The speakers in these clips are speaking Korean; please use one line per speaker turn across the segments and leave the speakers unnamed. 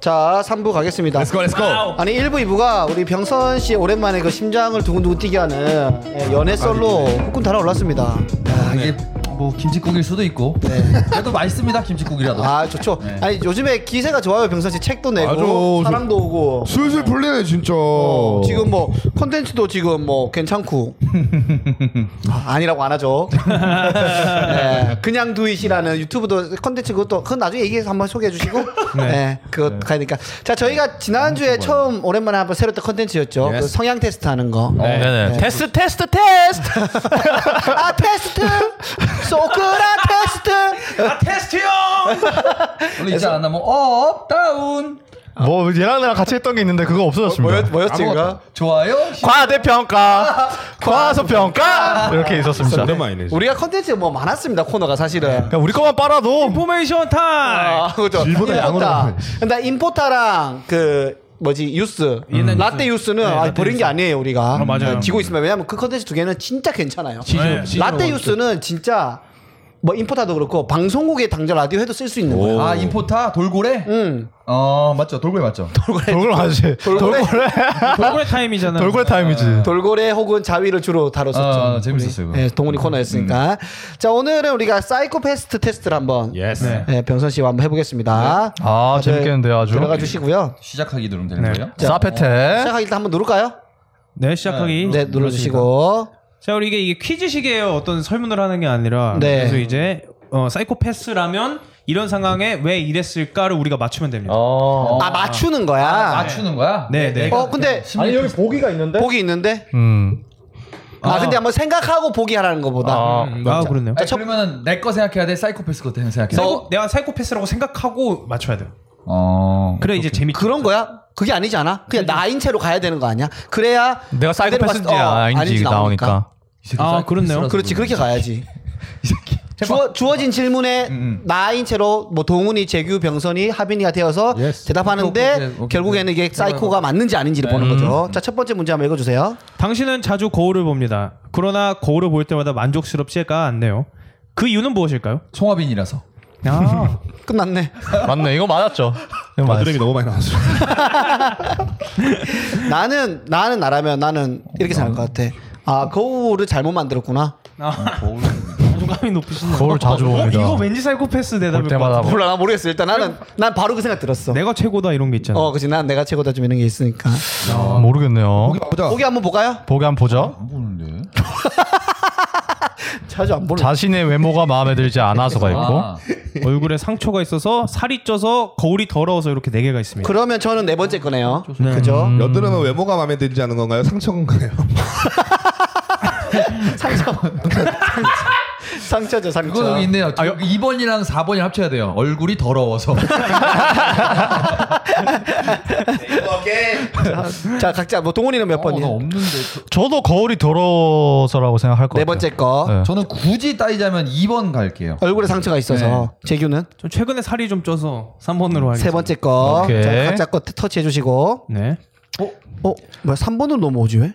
자, 3부 가겠습니다.
Let's go, let's go.
와우.
아니 1부 2부가 우리 병선 씨 오랜만에 그 심장을 두근두근 뛰게 하는 예, 연애 솔로 후끈 달아올랐습니다.
아, 이게 뭐 김치국일 수도 있고 그래도 맛있습니다 김치국이라도
아 좋죠.
네.
아니 요즘에 기세가 좋아요 병선 씨 책도 내고
아주
사랑도 오고
슬슬 풀리네 진짜.
어, 지금 뭐 컨텐츠도 지금 뭐 괜찮고 아, 니라고안 하죠. 네, 그냥 두잇이라는 유튜브도 컨텐츠 그것도 그건 나중에 얘기해서 한번 소개해 주시고 네, 그거 가니까 자 저희가 지난주에 처음 오랜만에 한번 새로 뜬 컨텐츠였죠. 그
Yes.
성향 테스트 하는 거.
네. 네.
네.
테스트 테스트 테스트
아 테스트 소크라 테스트
아 테스트요
원래 있지 않았나 뭐업 다운
뭐 얘랑 나랑 같이 했던 게 있는데 그거 없어졌습니다.
뭐였지 그거?
좋아요
과대평가, 과소평가 이렇게 있었습니다.
오랜만이네. 진짜.
우리가 컨텐츠 뭐 많았습니다 코너가 사실은.
그냥 우리 것만 빨아도
포메이션 타임
아, 그죠.
네. 일본의 양으로
인포타.
하네.
근데 인포타랑 그 뭐지 유스 라떼 유스는 아, 버린 게 아니에요 우리가
아, 맞아요.
어, 지고 있으면 왜냐면 그 컨텐츠 두 개는 진짜 괜찮아요
네.
라떼 유스는 진짜 뭐 인포타도 그렇고 방송국에 당장 라디오 해도 쓸 수 있는 거야
아 인포타 돌고래
응
어 맞죠 돌고래 맞죠
돌고래 맞지?
돌고래.
돌고래
돌고래 타임이잖아
돌고래 타임이지.
네.
돌고래 혹은 자위를 주로 다뤘었죠
아, 재밌었어요,
우리.
그거.
예, 동훈이 코너였으니까
음.
자 오늘은 우리가 사이코패스트 테스트를 한번
예스.
네.
예, 병선 씨와 한번 해보겠습니다
아
다들
재밌겠는데요 아주.
들어가 주시고요
시작하기 누르면 되는 거예요
사페테.
시작하기 일단 한번 누를까요?
네 시작하기
네 눌러주시고
자 우리 이게 이게 퀴즈식이에요 어떤 설문을 하는 게 아니라
네.
그래서 이제 어, 사이코패스라면 이런 상황에 왜 이랬을까를 우리가 맞추면 됩니다
어.
아 맞추는 거야.
맞추는 거야
네, 네.
어 근데
아니 여기 보기가 있는데.
보기 있는데.
음.
아 근데 한번 생각하고 보기 하라는 것보다.
아.
음, 아
어.
그렇네요
아니, 그러면은 내 거 생각해야 돼 사이코패스 거 생각해야 돼
사이코, 내가 사이코패스라고 생각하고 맞춰야 돼요
어.
그래 이제 재밌죠
그런 거야? 그게 아니지 않아? 그냥 나인 채로 가야 되는 거 아니야? 그래야 그대로
내가
봤을 때,
사이코패스인지
어,
아닌지 나오니까.
이 새끼
아,
사이코패스라서
그렇네요.
그렇지
음,
그렇게 가야지. 주어, 주어진 질문에
음.
나인 채로 뭐 동훈이, 재규, 병선이, 하빈이가 되어서
Yes.
대답하는데
오케이, 오케이, 오케이.
결국에는 이게 사이코가 맞는지 아닌지를 보는 거죠. 자 첫 번째 문제 한번 읽어주세요.
당신은 자주 거울을 봅니다 그러나 거울을 볼 때마다 만족스럽지가 않네요 그 이유는 무엇일까요?
송화빈이라서
아
끝났네.
맞네 이거 맞았죠. 이거 맞았어.
마드림이 너무 많이 나왔어.
나는 나는 나라면 나는 이렇게 생각할 것 같아. 아 거울을 잘못 만들었구나.
자존감이 높으신데
거울 자주 봅니다.
이거 왠지 사이코패스 대답일
볼
것
때마다
같아
뭐-
몰라 나 모르겠어 일단 나는 난 바로 그 생각 들었어
내가 최고다 이런 게 있잖아
어 그치 난 내가 최고다 좀 이런 게 있으니까
모르겠네요.
보자
보기 한번 볼까요?
보기 한번 보죠.
안 보는데
자주 안 보는
자신의 외모가 마음에 들지 않아서가 있고
아,
얼굴에 상처가 있어서 살이 쪄서 거울이 더러워서 이렇게 네 개가 있습니다.
그러면 저는 네 번째 거네요 그죠?
여드름은 외모가 마음에 들지 않은 건가요? 상처인가요?
상처 상처죠 상처
그거 여기 있네요 아, 2번이랑 4번이 합쳐야 돼요 얼굴이 더러워서
자 각자 뭐 동훈이는 몇
어, 나
번이요?
없는데
저도 거울이 더러워서라고 생각할 것 같아요.
네 번째 거
네.
저는 굳이 따지자면 2번 갈게요.
얼굴에 상처가 있어서 재규는
좀 최근에 살이 좀 쪄서 3번으로 하겠습니다.
세 번째 거
오케이.
자, 각자 거 터치해 주시고
네.
어? 뭐야 3번으로 넘어오지 왜?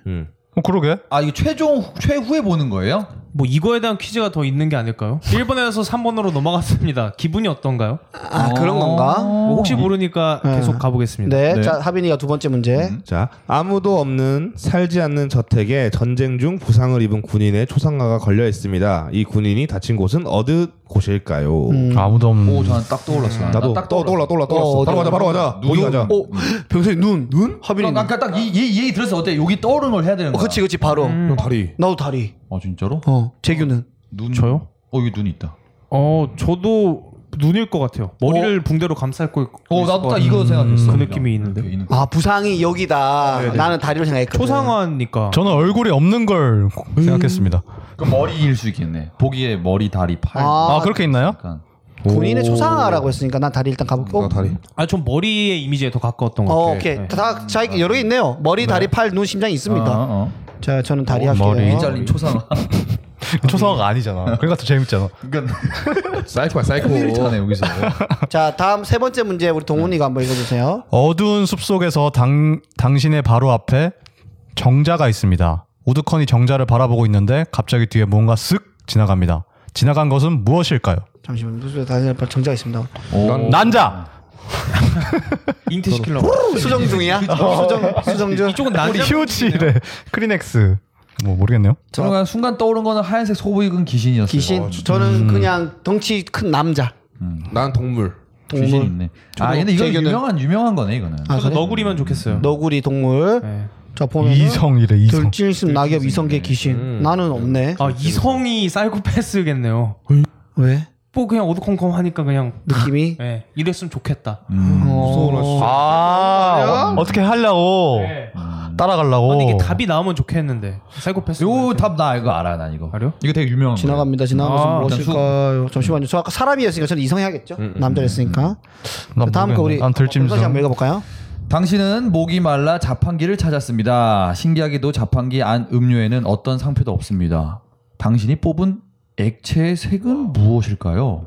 어, 그러게.
아 이거 최종 후- 최후에 보는 거예요?
뭐 이거에 대한 퀴즈가 더 있는 게 아닐까요? 1번에서 3번으로 넘어갔습니다. 기분이 어떤가요?
아 그런 건가?
뭐 혹시 모르니까 계속 가보겠습니다.
네,
어.
음.
네.
자 하빈이가 두 번째 문제
자, 아무도 없는 살지 않는 저택에 전쟁 중 부상을 입은 군인의 초상화가 걸려 있습니다. 이 군인이 다친 곳은 어느 곳일까요?
음.
아무도 없는.
오 저는 딱 떠올랐어. 나
나도
딱
떠
떠올랐어.
올라 떠올라
어,
음. 떠올랐어.
어디
바로 가자 바로 가자.
누구?
보기 가자.
오 병선이 음. 눈 눈? 하빈이 눈
그럼
어,
아까 딱이 얘기 얘기 들었을 때 여기 떠오르는 걸 해야 되는 거야.
그치 그치 바로
다리.
나도 다리
아 진짜로?
어 재규는
눈
저요?
어 여기 눈 있다.
어, 저도 눈일 것 같아요. 머리를 붕대로 감쌀고 있고.
어 나도 딱 이거 생각했어. 음.
그 느낌이 있는데.
이렇게 있는 거.
아 부상이 여기다 나는 다리를 생각했거든
초상화니까.
저는 얼굴이 없는 걸
음.
생각했습니다.
그럼 머리일 수 있겠네. 보기에 머리, 다리, 팔.
아,
아, 그렇게 있나요?
약간.
본인의 초상화라고 했으니까 난 다리 일단 가볼게
나 다리.
아, 좀 머리의 이미지에 더 가까웠던 것 같아요.
어, 오케이 다 자기 여러 개 있네요 머리 다리 팔 눈 심장 있습니다
아.
어, 어.
자 저는 다리 할게요
머리.
이 잘린 초상화.
초상화가 아니잖아. 그러니까 더 재밌잖아.
그러니까
사이코야 사이코.
일차네 여기서.
자 다음 세 번째 문제 우리 동훈이가 한번 읽어주세요
어두운 숲속에서 당, 당신의 바로 앞에 정자가 있습니다. 우두커니 정자를 바라보고 있는데 갑자기 뒤에 뭔가 쓱 지나갑니다. 지나간 것은 무엇일까요?
잠시만요 무슨 다시 한번 정자가 있습니다
오.
난자!
어.
잉태 시킬러.
아,
수정둥이야? 수정 수정중.
이쪽은 나
우리 히오치래 크리넥스 뭐 모르겠네요.
저는 그냥 순간 떠오른 거는 하얀색 소보이 근 귀신이었어요.
귀신. 저는 그냥 덩치 큰 남자.
난 동물.
동물.
귀신 있네. 아
저도
근데 이건
제견은-
유명한 유명한 거네 이거는.
아, 그래?
너구리만 좋겠어요.
너구리 동물.
네.
자 보면
이성이래 이성.
들짐승 낙엽 이성계 귀신. 나는 없네.
아 이성이 사이코패스겠네요.
왜?
뭐 그냥 어두컴컴 하니까 그냥
느낌이.
예 이랬으면 좋겠다.
음.
음, 무서워.
아 어, 떻게 하려고
예.
아,
따라가려고.
아니 이게 답이 나오면 좋겠는데 사이코패스.
요답나 이거 알아 난 이거.
알아요?
이거 되게 유명한 거.
지나갑니다. 지나가면서
아,
뭐
일단 수-
하실까요? 잠시만요. 저 아까 사람이었으니까 저는 이성해야겠죠. 남자였으니까. 자, 다음 거 우리
난
다시
들짐승.
한번 읽어볼까요?
당신은 목이 말라 자판기를 찾았습니다. 신기하게도 자판기 안 음료에는 어떤 상표도 없습니다. 당신이 뽑은 액체의 색은 무엇일까요?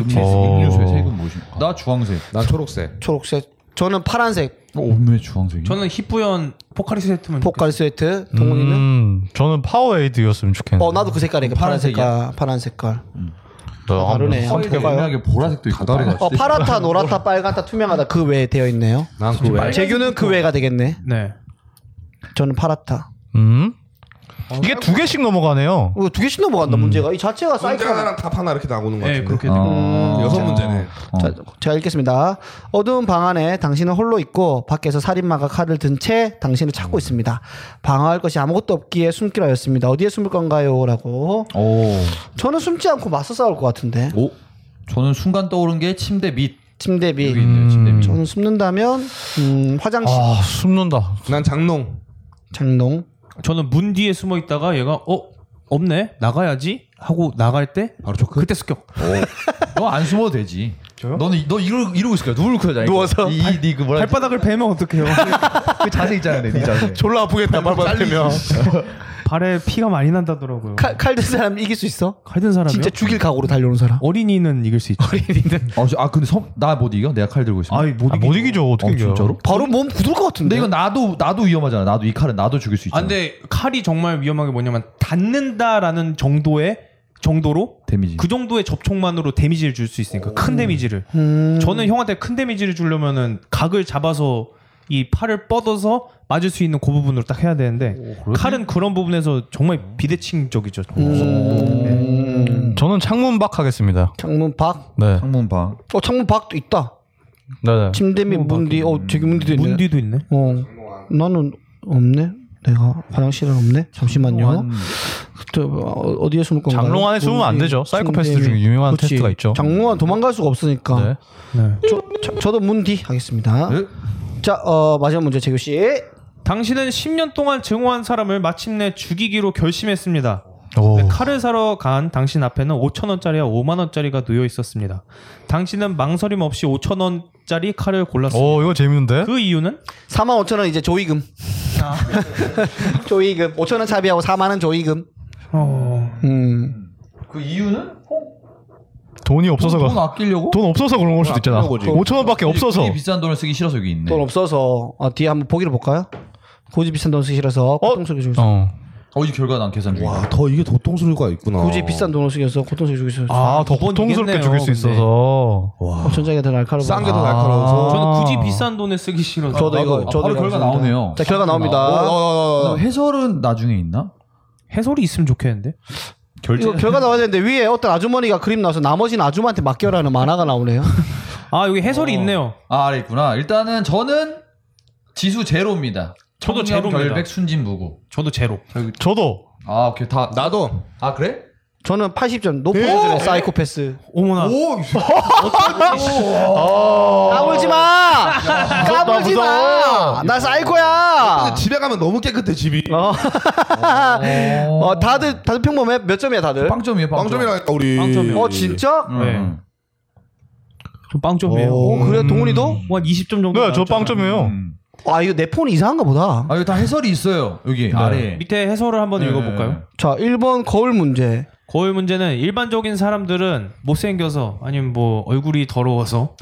음료수,
어.
음료수의 색은 무엇일까? 나 주황색.
난 초록색.
초록색. 저는 파란색
어, 왜 주황색이야?
저는 희뿌연 포카리 세트면
포카리 스웨트. 동훈이는
음, 저는 파워에이드였으면 좋겠는데.
어 나도 그 색깔이니까 파란
파란색이야? 음.
색깔. 파란 색깔.
나 아무래도
다르네. 한번
허리가
볼까요?
애매하게 보라색도 있고
다르다.
어 파랗다, 노랗다, 빨갛다, 투명하다 그 외에 되어 있네요.
난 그 왜?
재규는 그 외가 되겠네.
네.
저는 파랗다.
음? 이게 두 개씩 넘어가네요.
이거 두 개씩 넘어간다 문제가 이 자체가
문제
사이코가
하나랑 답 하나
음,
이렇게 나오는 것 같아.
네 그렇게 돼요.
어.
여섯 문제네.
자, 제가 읽겠습니다. 어두운 방 안에 당신은 홀로 있고 밖에서 살인마가 칼을 든 채 당신을 찾고 있습니다. 방어할 것이 아무것도 없기에 숨기라였습니다. 어디에 숨을 건가요?라고.
오.
저는 숨지 않고 맞서 싸울 것 같은데.
오. 어. 저는 순간 떠오른 게 침대 밑.
침대 밑.
여기 있네요. 침대 밑.
저는 숨는다면 음, 화장실,
음. 아, 숨는다.
난 장롱.
장롱.
저는 문 뒤에 숨어 있다가 얘가 어 없네 나가야지 하고 나갈 때
바로 초크.
그때 습격.
너 안 숨어도 되지. 저요? 너는 너 이러 이러고 있을 거야. 누울 거야.
누워서?
이니그 뭐라
발바닥을 베면 어떡해요?
그 자세 있잖아, 네 자세.
졸라 아프겠다 말만
발에 피가 많이 난다더라고요.
칼든 사람 이길 수 있어?
칼든 사람이요?
진짜 죽일 각오로 달려오는 사람.
어린이는 이길 수 있죠. 어린이는
어, 저- 아 근데 나못 이겨? 내가 칼 들고 있어.
아이 못
아,
이기죠.
못 이기죠. 어떻게
어,
이겨요?
진짜로?
바로 몸 굳을 것 같은데.
근데 이건 나도 나도 위험하잖아. 나도 이 칼은 나도 죽일 수
아,
있잖아.
근데 칼이 정말 위험한 게 뭐냐면 닿는다라는 정도의 정도로
데미지.
그 정도의 접촉만으로 데미지를 줄 수 있으니까 큰 데미지를.
음.
저는 형한테 큰 데미지를 주려면은 각을 잡아서 이 팔을 뻗어서 맞을 수 있는 그 부분으로 딱 해야 되는데 칼은 그런 부분에서
음.
정말 비대칭적이죠.
음.
저는 창문 박 하겠습니다.
창문 밖.
네.
창문 방.
어 창문 밖도 있다.
네.
침대 밑 문뒤. 어 저기 문뒤도 있네.
문 뒤도 있네.
어 나는 없네. 내가 화장실은 없네. 잠시만요. 저, 어, 어디에 숨을 건가요?
장롱 안에 숨으면 안
문뒤,
되죠. 사이코패스들
침대
중에
밑.
유명한
그렇지.
테스트가 있죠.
장롱 안 도망갈 수가 없으니까.
네.
네.
저, 저, 저도 문 뒤 하겠습니다.
네?
자 어, 마지막 문제 재규 씨.
당신은 10년 동안 증오한 사람을 마침내 죽이기로 결심했습니다.
오.
근데 칼을 사러 간 당신 앞에는 5천 원짜리와 5만 원짜리가 놓여 있었습니다. 당신은 망설임 없이 5천 원짜리 칼을 골랐습니다.
오, 이거 재밌는데?
그 이유는
4만 5천 원 이제 조이금.
아.
조이금 5천 원 차비하고 4만 원 조이금.
어...
음.
그 이유는
돈이 없어서
돈
가.
아끼려고?
돈 없어서 그런 걸 수도 있잖아.
아끼는 거지.
5천 원밖에 없어서.
이 비싼 돈을 쓰기 싫어서 여기 있네.
돈 없어서 어, 뒤에 한번 보기를 볼까요? 고지 비싼 돈 쓰시라서 고통 속에 죽였어.
어.
어, 이제 결과 난 계산 중이야.
와, 더 이게 도통수가 있구나.
고지 비싼 돈을 쓰여서 고통 속에 죽였어.
아, 더
두번
고통스럽게
이겼네요,
죽일 수
근데.
있어서.
와.
전자기가 더 날카로워.
싼 게 더
아.
날카로워서.
저는 굳이 비싼 돈을 쓰기 싫어서
저도
나도.
이거
아,
저도
바로
이거
결과
감사합니다.
나오네요.
자 결과
어, 어,
나옵니다.
어, 어.
어, 해설은 나중에 있나?
해설이 있으면 좋겠는데.
결제.
이거 결과 나와야 되는데 위에 어떤 아주머니가 그림 나와서 나머지는 아줌한테 맡겨라는 만화가 나오네요.
아 여기 해설이 있네요.
아, 아래 있구나. 일단은 저는 지수 제로입니다.
저도
청렴,
제로입니다.
결백 순진 무구.
저도 제로.
저도
아, 오케이. 다
나도.
아, 그래?
저는 80점 높은 수준의 사이코패스.
어머나.
아.
까불지 마. 까불지 마. 나 사이코야.
근데 아. 집에 가면 너무 깨끗해 집이.
어. 어 다들 다들 평범해 몇 점이야 다들?
빵점이에요, 빵점.
빵점이라니까 우리.
빵점이요.
어 진짜?
음.
네. 저 빵점이에요.
어 그래 동훈이도?
뭐 한 20점 정도.
네, 저
나왔잖아요.
빵점이에요.
음.
아 이거 내 폰이 이상한가 보다.
아, 이거 다 해설이 있어요. 여기
네.
아래.
밑에 해설을 한번
네.
읽어볼까요?
자 1번 거울 문제.
거울 문제는 일반적인 사람들은 못생겨서 아니면 뭐 얼굴이 더러워서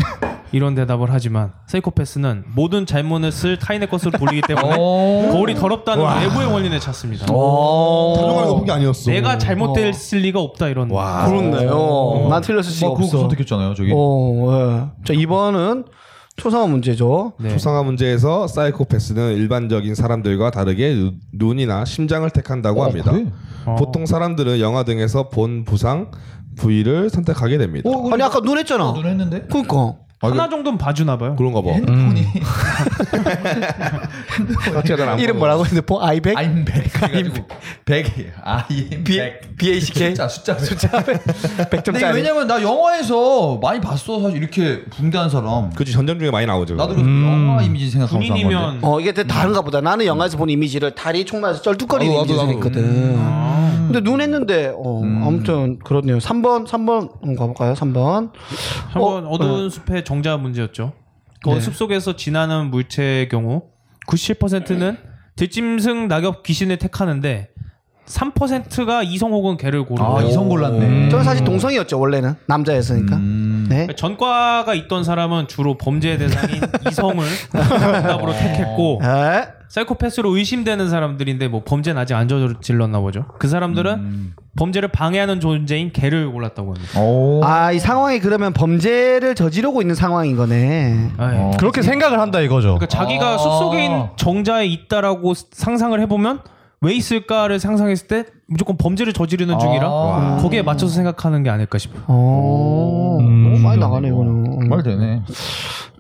이런 대답을 하지만 세이코패스는 모든 잘못을 타인의 것으로 돌리기 때문에
오.
거울이 더럽다는 외부의 원인을 찾습니다.
어.
훌륭한
오.
어. 거북이 아니었어.
내가 잘못됐을 리가 없다 이런.
와.
그렇네요. 난 틀렸을 수가
막 뭐, 그거
없어.
선택했잖아요, 저기.
어, 예. 자, 이번은 초상화 문제죠.
네.
초상화 문제에서 사이코패스는 일반적인 사람들과 다르게 눈- 눈이나 심장을 택한다고
어,
합니다.
그래?
어.
보통 사람들은 영화 등에서 본 부상 부위를 선택하게 됩니다.
아니 아까 눈 했잖아.
눈 어, 했는데?
그러니까.
하나 정도는 봐주나 봐요.
그런가 봐. 음.
핸드폰이
같이 하다
이름 뭐라고 했는데 폰 아이백?
아임백 그래가지고 백이에요. 아임백
B A C K
숫자 숫자 숫자. 근데 이게
100점짜리.
왜냐면 나 영화에서 많이 봤어 사실 이렇게 붕대한 사람.
그치 전전 중에 많이 나오죠.
나도
그거.
그래서 영화 이미지 생각하면서 한 건데.
군인이면
어 이게 되게 다른가 보다. 나는 영화에서 본 이미지를 다리 총 맞아서 쩔뚝거리는
나도,
이미지가
나도,
있거든. 근데 눈 했는데 어, 아무튼 그렇네요. 3번 3번 가볼까요? 3번.
한번 어,
네.
두운 숲의 정자 문제였죠. 그 숲속에서 지나는 물체의 경우 97%는 들짐승 낙엽 귀신을 택하는데 3%가 이성 혹은 개를 고르고
아 이성 골랐네. 음.
저는 사실 동성이었죠 원래는 남자였으니까. 네.
그러니까 전과가 있던 사람은 주로 범죄 대상인 이성을
어.
정답으로 택했고
에?
사이코패스로 의심되는 사람들인데 뭐 범죄는 아직 안 저질렀나 보죠. 그 사람들은
음.
범죄를 방해하는 존재인 개를 골랐다고 합니다.
오.
아이 상황이 그러면 범죄를 저지르고 있는 상황인 거네.
아이.
어.
그렇게 생각을 한다 이거죠.
그러니까 자기가
아.
숲속에 있는 정자에 있다라고 상상을 해보면 왜 있을까를 상상했을 때 무조건 범죄를 저지르는
아.
중이라
와.
거기에 맞춰서 생각하는 게 아닐까 싶어요.
어. 너무 많이 나가네 이거는.
음.
음.
말 되네.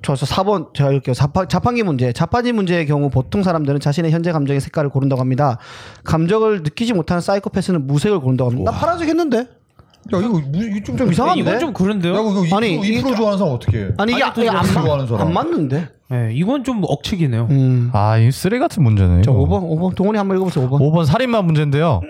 저서 4번 제가 읽을게요. 자파, 자판기 문제. 자판기 문제의 경우 보통 사람들은 자신의 현재 감정의 색깔을 고른다고 합니다. 감정을 느끼지 못하는 사이코패스는 무색을 고른다고 합니다. 나 파란색 했는데.
야 이거 무- 이거 좀,
좀 이상한데?
이건 좀 그런데요.
야 이거 2%
아니, 이게-
좋아하는 사람 어떻게 해?
아니 이게 안,
아직도
이게 안,
이렇게
맞-
좋아하는 사람.
안 맞는데.
네, 이건 좀 억측이네요.
음.
아이 쓰레 같은 문제네.
저
이거.
5번, 5번. 동훈이 한번 읽어보세요, 5번.
5번 살인마 문제인데요.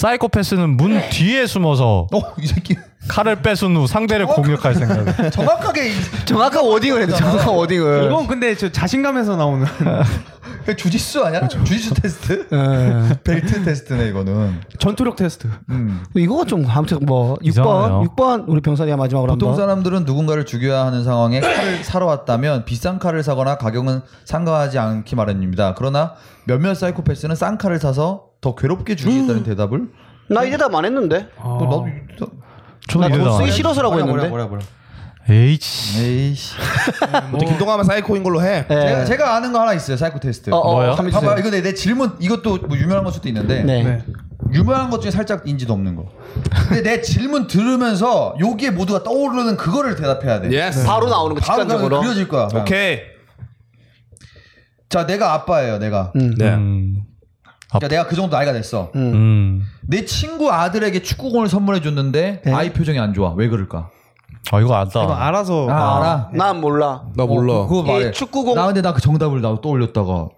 사이코패스는 문 뒤에 숨어서
어이 새끼
칼을 뺏은 후 상대를 공격할 생각.
정확하게
정확한 워딩을 했는데, 정확한
네.
워딩을.
이건 근데 저 자신감에서 나오는
이- 주짓수 아니야?
그렇죠.
주짓수 테스트?
예.
벨트 테스트네 이거는.
전투력 테스트.
음.
이거가 좀, 아무튼 뭐, 6번,
이상하네요.
6번, 우리 병선이가 마지막으로 한
보통
번.
사람들은 누군가를 죽여야 하는 상황에 칼을 사러 왔다면 비싼 칼을 사거나 가격은 상가하지 않기 마련입니다. 그러나 몇몇 사이코패스는 싼 칼을 사서 더 괴롭게 죽이겠다는
음.
대답을
나 이제 답안 했는데.
어,
뭐 나도
저는
나돈
이래다.
쓰기 싫어서라고 아. 했는데.
뭐라 뭐라
에이씨.
에이씨
근데 김동하면 사이코인 걸로 해.
예.
제가, 제가 아는 거 하나 있어요 사이코 테스트
어, 어,
뭐요?
한번 해주세요.
봐봐 이거 내, 내 질문 이것도 뭐 유명한 것 수도 있는데
네.
네.
유명한 것 중에 살짝 인지도 없는 거 근데 내 질문 들으면서 여기에 모두가 떠오르는 그거를 대답해야 돼
예스.
바로 나오는 거,
바로 그냥
직관적으로.
그려질 거야 그냥.
오케이.
자 내가 아빠예요 내가
네.
음.
그러니까 내가 그 정도 나이가 됐어
네.
음.
내 친구 아들에게 축구공을 선물해 줬는데
네.
아이 표정이 안 좋아. 왜 그럴까?
아 이거 안다.
이거 알아서
아, 알아.
음. 난 몰라.
나 몰라.
어, 그거
이
말해.
축구공-
나 근데 나 그 정답을 나도 떠올렸다가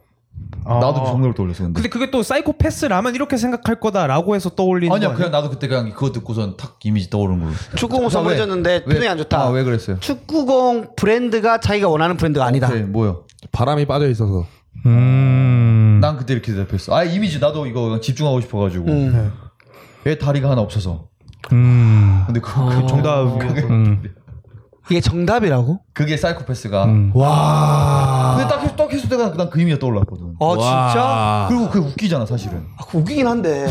나도 그 정답을 떠올렸어. 근데,
아. 근데 그게 또 사이코패스라면 이렇게 생각할 거다라고 해서 떠올리는
아니야
거
그냥 나도 그때 그냥 그거 듣고선 탁 이미지 떠오른 걸로.
축구공
왜?
선물해줬는데
왜?
네, 표정이 안 좋다.
아, 왜 그랬어요?
축구공 브랜드가 자기가 원하는 브랜드가 아니다.
오케이, 뭐요?
바람이 빠져 있어서.
음.
난 그때 이렇게 대답했어. 아 이미지 나도 이거 집중하고 싶어가지고
음.
얘 다리가 하나 없어서.
음.
근데 그, 그
아.
정답
정답.
음.
이게 정답이라고?
그게 사이코패스가.
음.
근데 딱 했- 딱 했을 때가 난그 의미가 떠올랐거든.
어 진짜?
그리고 그게 웃기잖아 사실은.
아, 그거 웃기긴 한데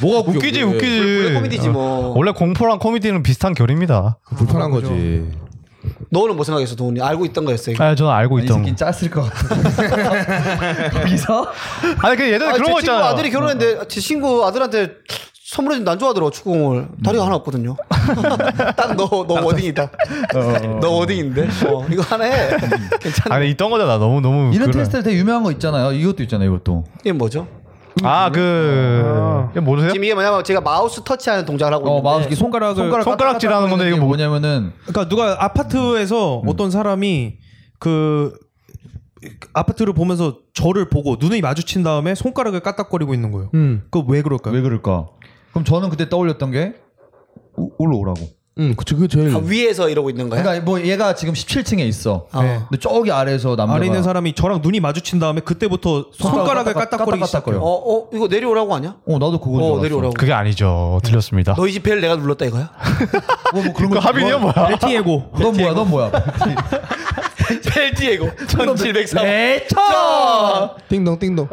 뭐가 웃겨,
웃기지
그게.
원래
웃기지.
코미디지 뭐.
원래 공포랑 코미디는 비슷한 결입니다.
불편한 거지.
너는 뭐 생각했어 도훈이? 알고 있던 거였어. 이거.
아 저는 알고
이
있던.
새끼 짰을 것 같아. 거기서
아니 그 예전에
아, 제
그런 거
친구
있잖아요. 어.
아들이 결혼했는데 제 친구 아들한테 선물해준 난 좋아하더라고 축구공을 다리가 하나 없거든요. 딱 너 너 워딩이다.
어,
너 워딩인데 어, 이거 하나 해.
음.
괜찮아.
아니 있던 거잖아. 너무 너무.
이런
그래.
테스트 되게 유명한 거 있잖아요. 이것도 있잖아요. 이것도.
이게 뭐죠?
아, 아그 모르세요?
지금 이게 뭐냐면 제가 마우스 터치하는 동작을 하고
어
있는데
마우스 이렇게 손가락을
손가락 손가락질하는 건데 이거
이게
뭐-
뭐냐면은
그러니까 누가 아파트에서
음.
어떤 사람이 그 아파트를 보면서 저를 보고 눈이 마주친 다음에 손가락을 까딱거리고 있는 거예요. 그
음.
그러니까. 그왜 그럴까요?
네?
왜 그럴까? 그럼 저는 그때 떠올렸던 게 오- 올라오라고.
음, 그치 그게 제일
아, 위에서 이러고 있는 거야?
그러니까 네. 뭐 얘가 지금 17층에 있어.
어.
근데 저기 아래에서 남자가 어,
아래 있는 사람이 저랑 눈이 마주친 다음에 그때부터 손가락을
까딱-
까딱거리기
까딱-
시작해요.
어, 어, 이거 내려오라고 아니야?
어 나도 그거
어,
어,
내려오라고.
그게 아니죠. 들렸습니다.
너이 집 벨 내가 눌렀다 이거야?
뭐, 뭐 그런
그 하빈이야 뭐야?
레티에고.
넌 뭐야? 넌 뭐야?
벨디에고 1703.
에쳐.
띵동 띵동.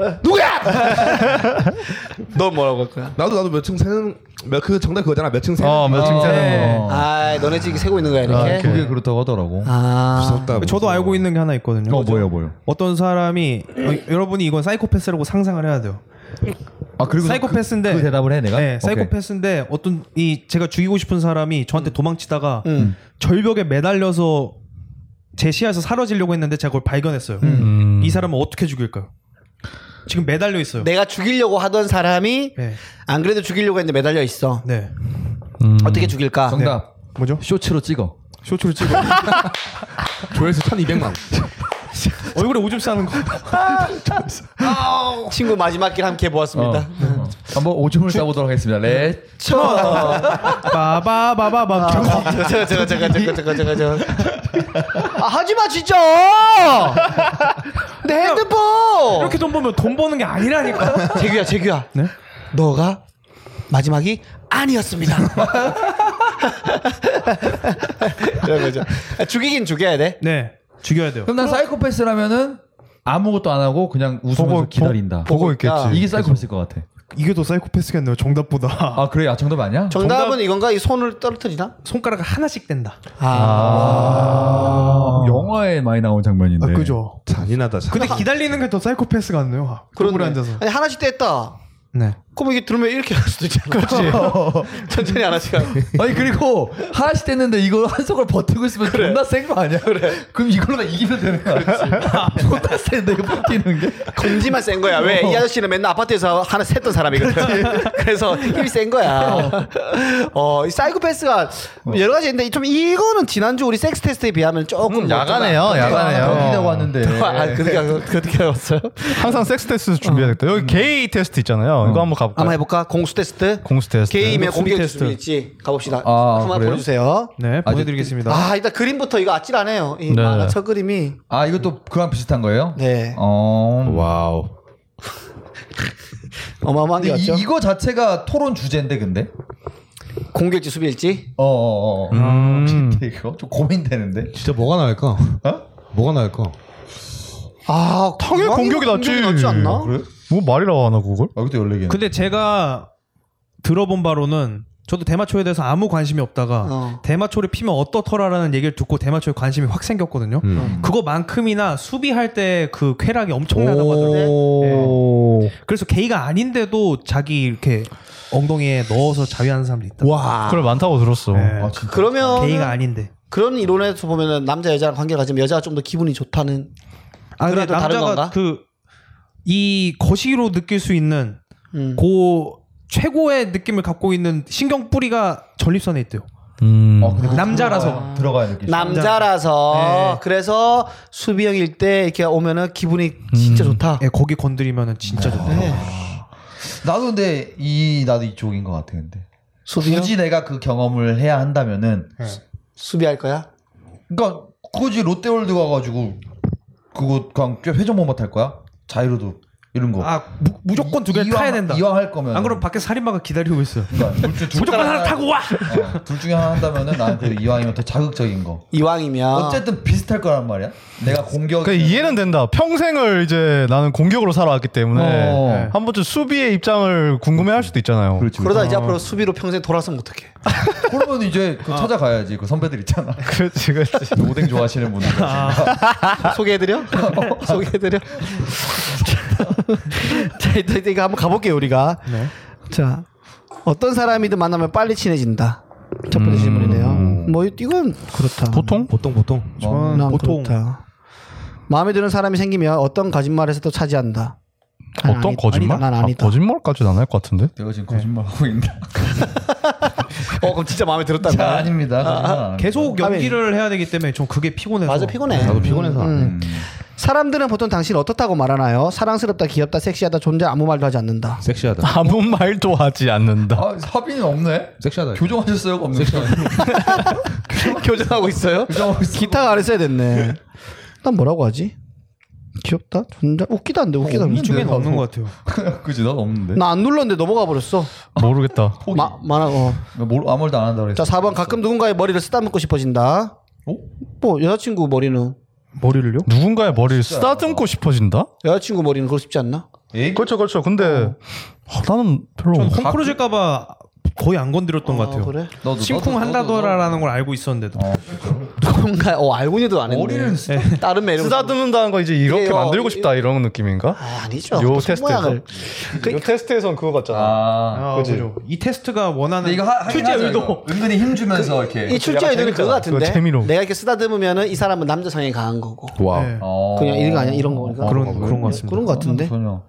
너 뭐라고 할 거야?
나도 나도 몇 층 세는 몇 그 정답 그거잖아. 몇 층 세.
어, 몇층 세는 거.
아, 너네 지금 세고 있는 거야
아,
이렇게.
오케이.
그게 그렇다고 하더라고.
아,
무섭다.
저도 알고 있는 게 하나 있거든요.
어 뭐야 뭐야?
어떤 사람이 어, 여러분이 이건 사이코패스라고 상상을 해야 돼요.
아 그리고
사이코패스인데
그, 그 대답을 해 내가.
네,
오케이.
사이코패스인데 어떤 이 제가 죽이고 싶은 사람이 저한테 도망치다가 절벽에 매달려서 제 시야에서 사라지려고 했는데 제가 그걸 발견했어요. 네.
음.
이 사람은 어떻게 죽일까요? 지금 매달려 있어요.
네.
내가 죽이려고 하던 사람이
네.
안 그래도 죽이려고 했는데 매달려 있어.
네.
음.
어떻게 죽일까?
정답.
아, 뭐죠?
쇼츠로 찍어.
쇼츠를 찍어.
조회수 1,200만.
얼굴에 오줌 싸는 거.
네. 친구 마지막 길 함께 보았습니다.
어. 한번 오줌을 싸보도록 하겠습니다.
네.
렛.
아,
바바바바바.
잠깐 잠깐 잠깐 잠깐 잠깐 잠깐 잠깐. 아 하지마 진짜. 내 핸드폰.
이렇게 돈 벌면 돈 버는 게 아니라니까.
재규야 재규야.
네?
너가 마지막이 아니었습니다. 이런 거죠. 아, 죽이긴 죽여야 돼.
네. 죽여야 돼요.
그럼 난 사이코패스라면은 아무것도 안 하고 그냥 웃으면서
보고-
기다린다.
보고
아,
있겠지.
이게 사이코패스일 것 같아.
이게 더 사이코패스겠네요. 정답보다.
아 그래? 아 정답 아니야?
정답은 이건가? 이 손을 떨어뜨리나?
손가락을 하나씩 뗀다.
아, 영화에 많이 나온 장면인데.
네.
아, 그죠.
잔인하다. 잔.
근데 기다리는 게 더 사이코패스 같네요. 그러고
그러네.
앉아서.
아니 하나씩 뗐다.
네.
그럼 이게 들으면 이렇게 할 수도 있잖아. 그렇지. 천천히 하나씩 하고.
아니 그리고 하나씩 뗐는데 이거 한 손을 버티고 있으면 존나 센 거 아니야? 그래. 그럼 이걸로 다 이기면 되는 거야. 존나 센데 이거 버티는 게.
검지만 센 거야. 왜? 이 아저씨는 맨날 아파트에서 하나 샜던 사람이거든. 그래서 힘이 센 거야. 어, 이 사이코패스가 여러 가지 있는데 좀 이거는 지난주 우리 섹스 테스트에 비하면 조금
아,
아,
야가네요.
버티려고
야가네요.
왔는데.
어쩌다- 아, 그렇게 그렇게 왔어요?
항상 섹스 테스트 준비해야겠다. 여기 게이 테스트 있잖아요. 이거 한번 가볼까요?
한번 해볼까? 공수 테스트.
공수 테스트.
게임의
공수
공격
테스트.
준비일지 가봅시다.
아,
한번
그래요?
보여주세요.
네, 보내드리겠습니다.
아, 일단 그림부터 이거 아찔하네요. 이
네.
만화 첫 그림이.
아 이것도 그랑 비슷한 거예요?
네.
어.
와우.
어마어마한 게
근데 이,
왔죠.
이거 자체가 토론 주제인데 근데.
공격지 수비일지.
어어어. 아,
음.
이거 좀 고민되는데.
진짜 뭐가 나을까? 어? 뭐가 나을까?
아,
당연히 공격이 낫지.
낫지 않나?
뭐 말이라고 안 하고 그걸?
아 이것도 열리게.
근데 제가 들어본 바로는 저도 대마초에 대해서 아무 관심이 없다가
어.
대마초를 피면 어떻더라라는 얘기를 듣고 대마초에 관심이 확 생겼거든요.
음.
그거만큼이나 수비할 때 그 쾌락이 엄청나다고 하더라고요.
오.
그래서 게이가 아닌데도 자기 이렇게 엉덩이에 넣어서 자위하는 사람도 있다.
아.
와.
그걸 많다고 들었어.
네.
아 진짜.
그러면
게이가 아닌데.
그런 이론에서 보면은 남자 여자랑 관계가 가지면 여자가 좀 더 기분이 좋다는
아, 근데
그래도 다른
남자가
건가?
그 이 거시기로 느낄 수 있는
음.
그 최고의 느낌을 갖고 있는 신경 뿌리가 전립선에 있대요.
음.
어, 근데
아. 남자라서.
들어가야 느낌.
남자라서 그래서 수비형일 때 이렇게 오면은 기분이 진짜 좋다.
예, 거기 건드리면은 진짜 좋다.
나도 근데 이 나도 이쪽인 것 같아 근데.
수비형
굳이 내가 그 경험을 해야 한다면은
네.
수비할 거야.
그러니까 굳이 롯데월드 가가지고 그거 그냥 꽤 회전 못마탈 거야? 자이로도 이런 거.
아 무, 무조건 두 개를
이왕-
타야 된다.
이왕 할 거면.
안 그러면 밖에서 살인마가 기다리고 있어요.
그러니까 둘, 중- 둘
무조건 하나 타고 와.
어, 둘 중에 하나 한다면은 나는 그 이왕이면 더 자극적인 거.
이왕이면
어쨌든 비슷할 거란 말이야. 내가 공격.
그러니까 이해는 된다. 평생을 이제 나는 공격으로 살아왔기 때문에
어.
네. 한 번쯤 수비의 입장을 궁금해할 수도 있잖아요.
그렇지.
그러다
어.
이제 앞으로 수비로 평생 돌아서면 어떡해.
그러면 이제 그 찾아가야지. 그 선배들 있잖아.
그렇지, 그렇지.
오뎅 좋아하시는 분들.
소개해드려? 소개해드려? 자, 일단 이거 한번 가볼게요, 우리가.
네.
자, 어떤 사람이든 만나면 빨리 친해진다. 첫 번째 질문이네요. 뭐, 이건 그렇다.
음. 보통?
보통 보통.
뭐,
난
보통.
그렇다. 마음에 드는 사람이 생기면 어떤 거짓말에서도 차지한다. 난
어떤
아니-
거짓말?
아니다, 난 아니다.
아, 거짓말까지는 안 할 것 같은데.
내가 지금 거짓말 하고 있나?
어, 그럼 진짜 마음에 들었다는
자,
거야?
아닙니다.
계속 연기를 해야 되기 때문에 좀 그게 피곤해서.
맞아, 피곤해.
나도 피곤해서. 안 해.
음. 사람들은 보통 당신 어떻다고 말하나요? 사랑스럽다, 귀엽다, 섹시하다, 존재 아무 말도 하지 않는다.
섹시하다.
아무 말도 하지 않는다.
아, 삽입은 없네.
섹시하다.
교정하셨어요, 없는
교정하고 있어요?
교정하고 있어.
기타 가르 써야 됐네. 난 뭐라고 하지? 귀엽다, 존재 웃기다 안돼, 웃기다.
이 중에는
나도.
없는 것 같아요.
그지, 난 없는데.
나 안 눌렀는데 넘어가 버렸어.
모르겠다.
마, 만화 어.
나 뭘, 아무 말도 안 한다 그랬어.
자, 4번 가끔 누군가의 머리를 쓰다듬고 싶어진다.
어?
뭐 여자친구 머리는
머리를요?
누군가의 머리를 쓰다듬고 싶어진다?
여자친구 머리는 그렇고 싶지 않나?
에이,
그렇죠, 그렇죠. 근데 아, 나는 별로.
전 홈프로질까봐 거의 안 건드렸던 것 같아요.
어, 그래?
너도, 어.
심쿵 한다더라라는 걸 알고 있었는데도
뭔가 어 알고니도 안 했네. 예,
머리를 쓰다.
다른 매력
쓰다듬는다는 거 이제 이렇게
이게요,
만들고 싶다 이런 느낌인가?
아, 아니죠.
요
요
테스트에서?
테스트를
이 테스트에선 그거 같잖아.
아.
아,
그치.
그죠. 이 테스트가 원하는
근데 이거 하, 하긴
출제
하자,
의도
이거. 은근히 힘 주면서 이렇게.
이 출제
약간
의도는 그거
재밌잖아.
같은데.
그거 재미로.
내가 이렇게 쓰다듬으면은 이 사람은 남자 성향이 강한 거고.
와우.
네.
어.
그냥 이런 거 아니야? 이런 거니까. 어,
그런 그런 것 같습니다.
그런 거 같은데.
전혀.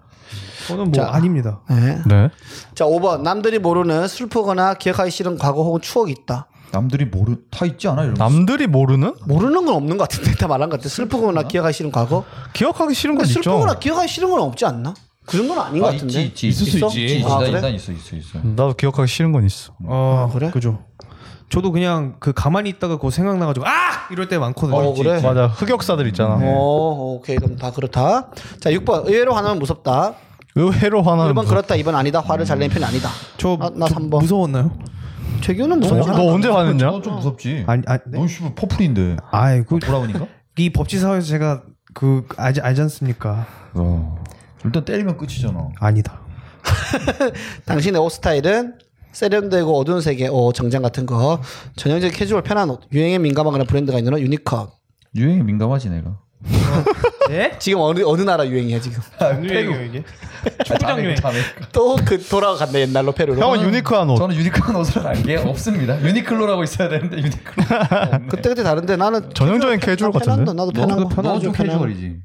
저는 뭐
자.
아닙니다.
네.
네.
자, 5번. 남들이 모르는 슬프거나 기억하기 싫은 과거 혹은 추억이 있다.
남들이 모르 다 있지 않아 이런. 거?
남들이 모르는?
모르는 건 없는 것 같은데. 다 말한 것 같아. 슬프거나 기억하기 싫은 과거?
기억하기 싫은 건
그러니까
있죠.
슬프거나 기억하기 싫은 건 없지 않나? 그 정도는 아닌 것
아,
같은데.
있지 있지
있을 수
있어?
있지.
있지.
아,
난-
그래?
난 있어 있어 있어.
나도 기억하기 싫은 건 있어.
어,
아, 그래?
그죠. 저도 그냥 그 가만히 있다가 그거 생각나가지고 아 이럴 때 많거든요.
어, 그래? 어,
맞아. 흑역사들 있잖아.
오, 오케이. 그럼 다 그렇다. 자, 6번. 의외로 화나면 무섭다.
의외로 화나는.
1번 그렇다. 2번 아니다. 화를 잘 내는 편이 아니다.
저
아, 나
저
삼 번.
무서웠나요?
최규는
너,
무슨
너 언제 화냈냐?
어, 좀 무섭지.
아니 아니 네?
넌 씨발 퍼플인데
아이 그
돌아보니까.
이 법치 사회에서 제가 그 알지 알지 않습니까?
어. 일단 때리면 끝이잖아.
아니다.
당신의 옷 스타일은 세련되고 어두운 색의 옷, 정장 같은 거, 전형적 인 캐주얼 편한 옷, 유행에 민감한 그런 브랜드가 있는 옷, 유니컷.
유행에 민감하지 내가.
네?
지금 어느 어느 나라 유행이야 지금?
유행이에요 이게. 초장 유행.
자네.
또 그 돌아간다 옛날로 페루로.
형은 유니크한 옷.
저는 유니클로 옷을 안게 없습니다. 유니클로라고 있어야 되는데 유니클로.
그때 그때 다른데 나는
전형적인 캐주얼
편한 거
같은데.
나도 편한 거.
너좀 캐주얼이지.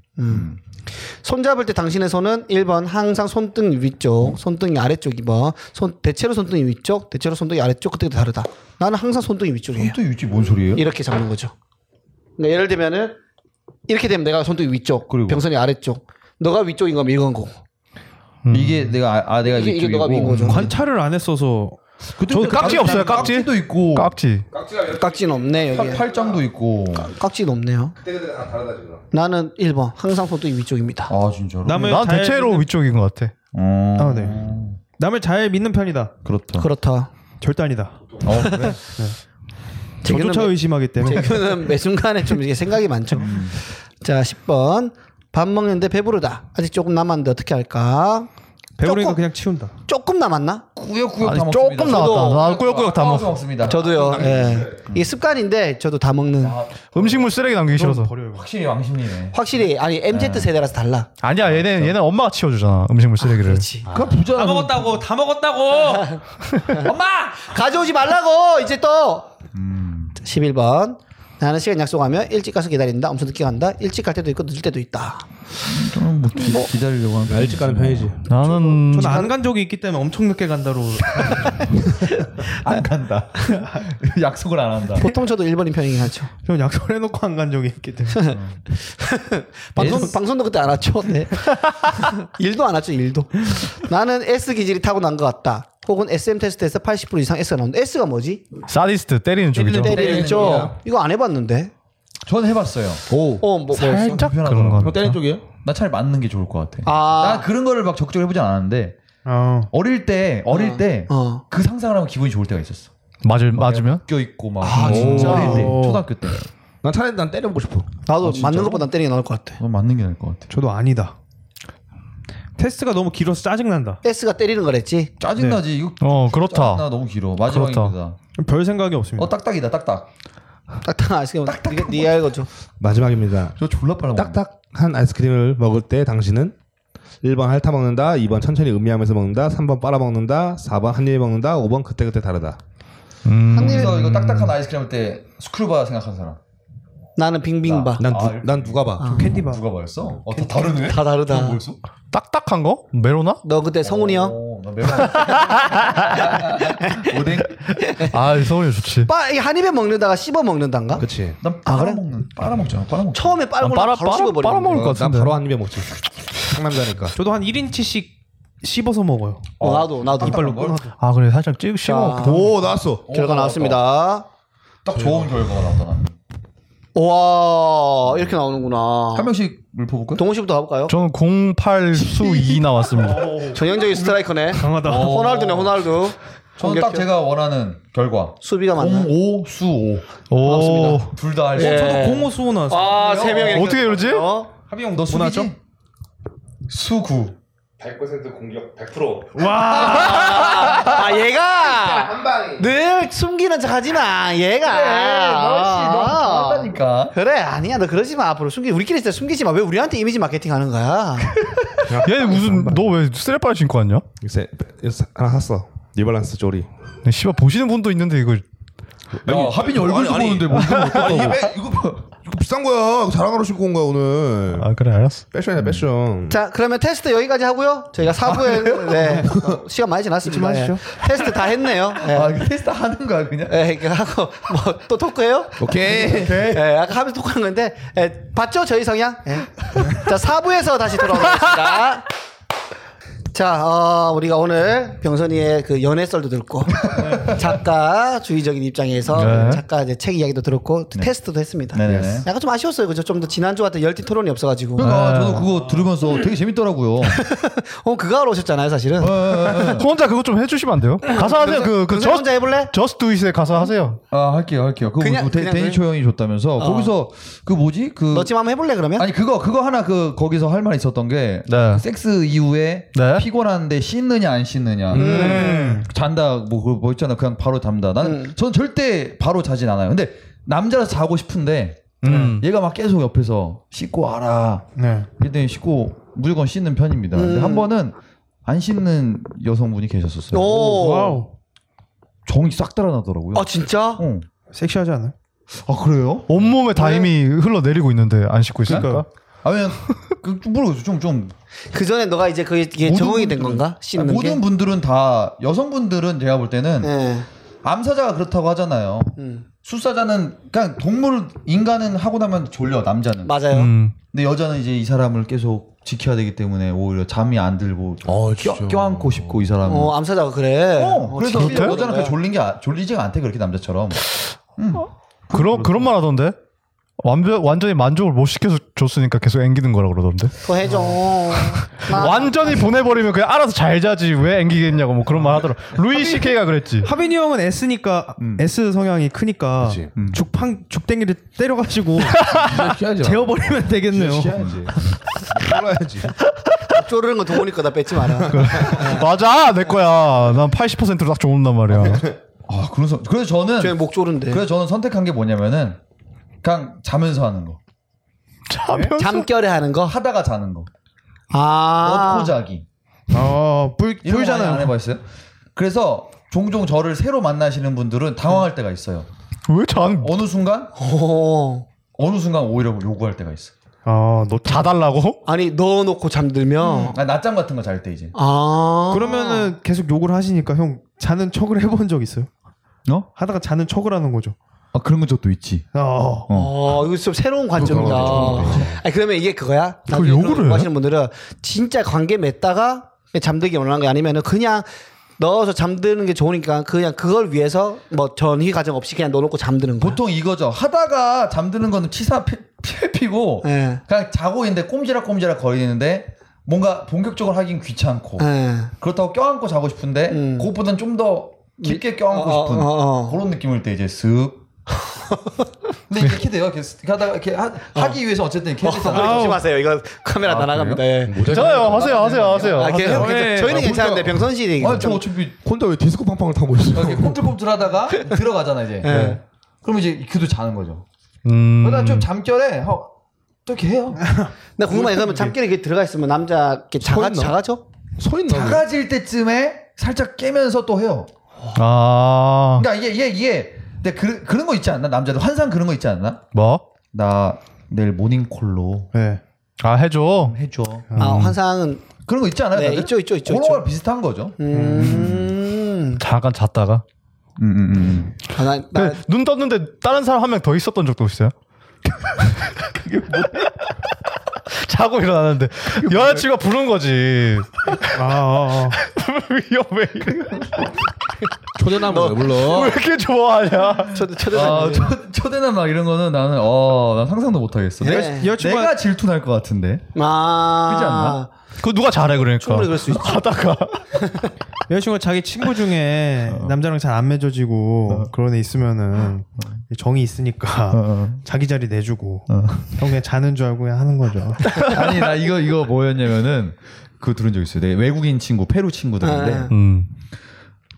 손잡을 때 당신의 손은 1번 항상 손등 위쪽, 손등이 아래쪽 2번 손 대체로 손등이 위쪽, 대체로 손등이 아래쪽 그때 그때 다르다. 나는 항상 손등이 위쪽이에요.
또 유지 뭔 소리예요?
이렇게 잡는 거죠. 그러니까 예를 들면은 이렇게 되면 내가 손등이 위쪽,
그리고?
병선이 아래쪽. 너가 위쪽인 거면 이건 거고.
이게 내가 아, 아 내가
이게- 이게 너가
위쪽이고.
민 거죠.
관찰을 안 했어서
저는 깍지 없어요. 깍지.
도 있고
깍지.
깍지는 없네 여기.
팔- 팔짱도 있고.
깍지는 없네요.
아, 어,
나는 1번 항상 손등이 위쪽입니다.
아 진짜로?
남을
난
잘
대체로
믿는,
위쪽인 것 같아.
어.
아, 네. 남을 잘 믿는 편이다.
그렇다.
그렇다.
절대 아니다. 네.
어, 그래?
네. 재규는
저조차 의심하기 때문에.
재규는 매 순간에 좀 이게 생각이 많죠.
음.
자 10번 밥 먹는데 배부르다. 아직 조금 남았는데 어떻게 할까?
배우니까
조금,
그냥 치운다.
조금 남았나?
구역구역
아니
다 먹습니다. 아,
조금 나왔다. 나 꾸역꾸역 다 먹어.
먹습니다.
저도요. 예. 이게 습관인데 저도 다 먹는.
음식물 쓰레기 남기기 싫어서.
버려요.
확실히 왕십리네.
확실히 아니 MZ 세대라서 달라.
아니야 얘는 얘는 엄마가 치워주잖아 음식물 쓰레기를.
그렇지.
그거 부자.
다 먹었다고 다 먹었다고. 엄마.
가져오지 말라고 이제 또
음.
11번 나는 시간 약속하며 일찍 가서 기다린다 엄청 늦게 간다 일찍 갈 때도 있고 늦을 때도 있다
저는 뭐 기, 기다리려고 하는.
일찍 가는 편이지.
나는
저는 안 간 적이 있기 때문에 엄청 늦게 간다로.
안 간다. 약속을 안 한다.
보통 저도 1번인 편이긴 하죠
저는 약속을 해놓고 안 간 적이 있기 때문에.
방송, 방송도 그때 안 왔죠 네. 일도 안 왔죠 일도 나는 S 기질이 타고난 것 같다 혹은 SM 테스트에서 80% 이상 S가 나온다 S가 뭐지?
음, 사디스트 때리는 쪽이죠.
때리는
때리는 쪽 이거 안 해봤는데
전 해봤어요. 오.
어 뭐, 뭐였어?
살짝
불편하더라.
그런 거.
형 때린 쪽이에요?
나 차라리 맞는 게 좋을 것 같아. 나
아
그런 거를 막 적극적으로 해보지 않았는데
어.
어릴 때 어릴 때 그
어.
상상을 하면 기분이 좋을 때가 있었어.
맞을 맞으면
껴 있고 막.
아,
오.
진짜?
어릴 때 초등학교 때.
난 차라리 난 때려보고 싶어.
나도
아, 진짜로?
맞는 것보다 때리는 게 나을 것 같아
넌 맞는 게 나을 것 같아.
저도 아니다. 테스트가 너무 길어서 짜증난다.
S가 때리는 거랬지
짜증나지. 이거
어
나
그렇다.
너무 길어. 마지막입니다.
별 생각이 없습니다.
어 딱딱이다 딱딱.
딱딱 네 아시게 니가 니가 이거죠
마지막입니다.
저 졸라
어.
빨라.
딱딱한 아이스크림을 먹을 때 당신은 1번 핥아 먹는다, 2번 천천히 음미하면서 먹는다, 3번 빨아 먹는다, 4번 한 입에 먹는다, 5번 그때그때 다르다.
음,
한국에서 이거 딱딱한 아이스크림 할 때 스크루바 생각한 사람.
나는 빙빙바
난,
아,
누, 난 누가 봐.
캔디바. 누가 봤어? 어, 다 다르네.
다 다르다.
뭐였어?
딱딱한 거? 메로나?
너 그때 성훈이 형?
오, 어, 나 매운 거.
오뎅
아, 서울이 좋지.
빠, 이게 한 입에 먹는다가 씹어 먹는단가?
그치.
난 빨아먹는 빨아먹잖아. 빨아먹.
처음에 빨고
빨아,
바로 씹어버리는
빨아 먹을
거야.
것
어, 난
같은데.
바로 한 입에 먹지. 상남자니까.
저도 한 1인치씩 씹어서 먹어요.
어, 나도 나도
이빨로
어,
아, 그래. 살짝 찍 씹어
아.
먹기도 하고.
오 나왔어.
결과 나왔습니다.
딱 좋은 결과가 나왔다. 나는.
와 이렇게 나오는구나.
한 명씩 물 퍼볼까요?
어. 동호 씨부터 가볼까요?
저는 08 수 2 나왔습니다.
전형적인 스트라이커네. 어,
강하다.
오.
호날두네 호날두.
저는 딱 제가 원하는 결과.
수비가 맞나?
05, 수 5.
오.
둘 다 할 수.
예.
있어.
저도 공호 수호 나왔어요. 뭐
아세 명이 이렇게
어떻게 이러지?
나왔어요.
하빈 형너
수비지? 수 9.
100% 공격 100%.
아 얘가 늘 숨기는 척 하지마 얘가. 아. 어.
아. 하다니까.
그래 아니야 너 그러지 마 앞으로 숨기 우리끼리 진짜 숨기지 마 왜 우리한테 이미지 마케팅 하는 거야?
얘 무슨 너 왜 쓰레빠를 신고 왔냐?
이제 하나 샀어. 리발란스 조리.
네, 씨발 보시는 분도 있는데 이거
야, 하빈이 얼굴도
아니, 아니.
보는데 뭔데
아니 이게 왜- 이거
뭐
이거 비싼 거야. 자랑하러 신고 온 거야 오늘.
아 그래 알았어.
패션이야 패션.
자 그러면 테스트 여기까지 하고요. 저희가 사부에 네, 어, 시간 많이 지났습니다. 예. 테스트 다 했네요. 예.
아, 이거 테스트 하는 거야 그냥.
예, 이렇게 하고 뭐 또 토크해요?
오케이.
예, 아까 하면서 토크한 건데 예, 봤죠 저희 성향? 예. 자 4부에서 다시 돌아오겠습니다. 자 어, 우리가 오늘 병선이의 그 연애 썰도 듣고 작가 주의적인 입장에서
네.
작가 이제 책 이야기도 들었고 테스트도 했습니다.
네네네.
약간 좀 아쉬웠어요 그죠? 좀 더 지난주 같은 열띤 토론이 없어가지고
그러니까 저도 그거 들으면서 되게 재밌더라고요.
오늘 어, 그거 하러 오셨잖아요 사실은.
혼자 그거 좀 해주시면 안 돼요? 가사 하세요. 그그
그거 혼자
저스트
해볼래?
저스트 두잇의 가사 하세요.
아 할게요 할게요. 그거
그냥-
뭐 데,
그냥
데니
그-
초영이 줬다면서 거기서 그 뭐지 그
너 지금 한번 해볼래 그러면?
아니 그거 그거 하나 그 거기서 할 말 있었던 게그
네.
섹스 이후에
네.
피곤한데 씻느냐 안 씻느냐
음.
음.
잔다 뭐 그거 뭐 있잖아 그냥 바로 잠다 나는
음.
저는 절대 바로 자진 않아요 근데 남자라 서 자고 싶은데
음.
얘가 막 계속 옆에서 씻고 와라
네.
근데 씻고 무조건 씻는 편입니다
음.
근데 한 번은 안 씻는 여성분이 계셨었어요
오.
와우.
정이 싹 달아나더라고요
아 진짜?
어.
섹시하지 않아요?
아 그래요?
온몸에 다 힘이 흘러내리고 있는데 안 씻고 있으니까.
아 왜냐면 그, 좀 모르겠어요 좀좀
그 전에 너가 이제 그게 이게
모든
적응이 된
분들은-
건가? 씻는
아니, 모든
게?
분들은 다 여성분들은 제가 볼 때는
예.
암사자가 그렇다고 하잖아요.
음.
술사자는 그냥 동물 인간은 하고 나면 졸려 남자는.
맞아요.
음.
근데 여자는 이제 이 사람을 계속 지켜야 되기 때문에 오히려 잠이 안 들고 껴, 껴안고 싶고 이 사람은.
어, 네. 암사자가 그래.
어, 그래서
진짜
오히려 여자는
그래.
그렇게 졸린 게 아- 졸리지가 않대 그렇게 남자처럼.
그런 그런 말 하던데. 완전 완전히 만족을 못 시켜서 줬으니까 계속 앵기는 거라 그러던데.
더 해줘.
어. 아.
나-
완전히 보내버리면 그냥 알아서 잘 자지 왜 앵기겠냐고 뭐 그런 말 하더라. 루이 CK가 그랬지.
하빈이 형은 S니까 S 성향이 크니까 죽팡 죽댕이를 때려가지고
해야지.
재워버리면 되겠네요.
해야지. 몰라야지.
쪼르는 건 동훈이 거다 뺏지 마라.
네.
맞아 내 거야. 난 80%로 딱 좋은단 말이야.
아 그런 서 그래서 저는
쟤 목 쪼른데.
그래서 저는 선택한 게 뭐냐면은 그냥 자면서 하는 거.
잠결에 하는 거.
하다가 자는 거.
아.
얻고 자기.
아, 불
이런 거 많이 안 해봤어요. 그래서 종종 저를 새로 만나시는 분들은 당황할 때가 있어요.
왜 잔?
어느 순간
오.
어느 순간 오히려 요구할 때가 있어.
아너 자달라고?
아니 넣어놓고 잠들면.
아, 낮잠 같은 거 잘 때 이제.
아.
그러면은 계속 욕을 하시니까 형 자는 척을 해본 적 있어요?
어?
하다가 자는 척을 하는 거죠.
아 그런 것도 있지.
어.
어, 이거 좀 새로운 관점이다. 어. 아니, 그러면 이게 그거야?
그걸 욕을 해요?
하시는 분들은 진짜 관계 맺다가 잠들기 원하는 거 아니면은 그냥 넣어서 잠드는 게 좋으니까 그냥 그걸 위해서 뭐 전희 과정 없이 그냥 넣어놓고 잠드는 거.
보통 이거죠. 하다가 잠드는 거는 치사 피- 피해피고
예.
그냥 자고 있는데 꼼지락꼼지락 거리는데 뭔가 본격적으로 하긴 귀찮고
예.
그렇다고 껴안고 자고 싶은데
음.
그것보단 좀 더 깊게 껴안고
어,
싶은
어, 어, 어.
그런 느낌일 때 이제 슥. 근데 이렇게 돼요. 이렇게 슥 하다가 이렇게 하, 하기 위해서 어쨌든 이렇게
아,
해서
조심하세요. 이거 카메라 다 나갑니다. 예.
괜찮아요. 하세요 하세요 하세요.
어,
아, 괜찮-
하세요. 네.
괜찮- 저희는 괜찮은데 병선 씨 얘기.
예. 아저 어차피 아,
혼자 왜 디스코 팡팡을 타고 있어?
이렇게 꼼틀꼼틀하다가 들어가잖아 이제.
네.
그럼 이제 그도 자는 거죠.
음.
그러다 좀 잠결에 허, 또 이렇게 해요.
나 궁금해. 그러면 잠결에 이게 들어가 있으면 남자 이렇게 자가,
있나?
자가죠?
서 있나? 우리?
작아질 때쯤에 살짝 깨면서 또 해요.
아
그러니까 이게 이게 이게 근데 그, 그런 거 있지 않나? 남자들 환상 그런 거 있지 않나?
뭐?
나 내일 모닝콜로
네. 아 해줘.
해줘.
아, 환상은
그런 거 있지 않아요?
네,
다들?
있죠, 있죠, 있죠,
그런
있죠.
거랑 비슷한 거죠.
음.
잠깐 잤다가
음, 음, 음.
아, 나, 나,
근데 네, 눈 떴는데 다른 사람 한 명 더 있었던 적도 있어요. 자고 일어났는데 여자친구가 부른 거지.
아, 아, 아.
위험해. 왜
초대나무 왜 불러?
어. 이렇게 좋아하냐?
저, 저,
아,
아, 저,
초, 초대나 막 이런 거는 나는 어, 난 상상도 못 하겠어.
예.
내가
여자친구가
내가 질투날 것 같은데.
아.
그지 않나?
그 누가 잘해 그러니까.
충분히 그럴 수 있죠.
하다가
여자친구가 자기 친구 중에
어.
남자랑 잘 안 맺어지고 그런 애 있으면은
어.
정이 있으니까
어.
자기 자리 내주고 형 그냥 자는 줄 알고 그냥 하는 거죠.
아니 나 이거 이거 뭐였냐면은 그거 들은 적 있어요. 내 외국인 친구 페루 친구들인데
아.
음.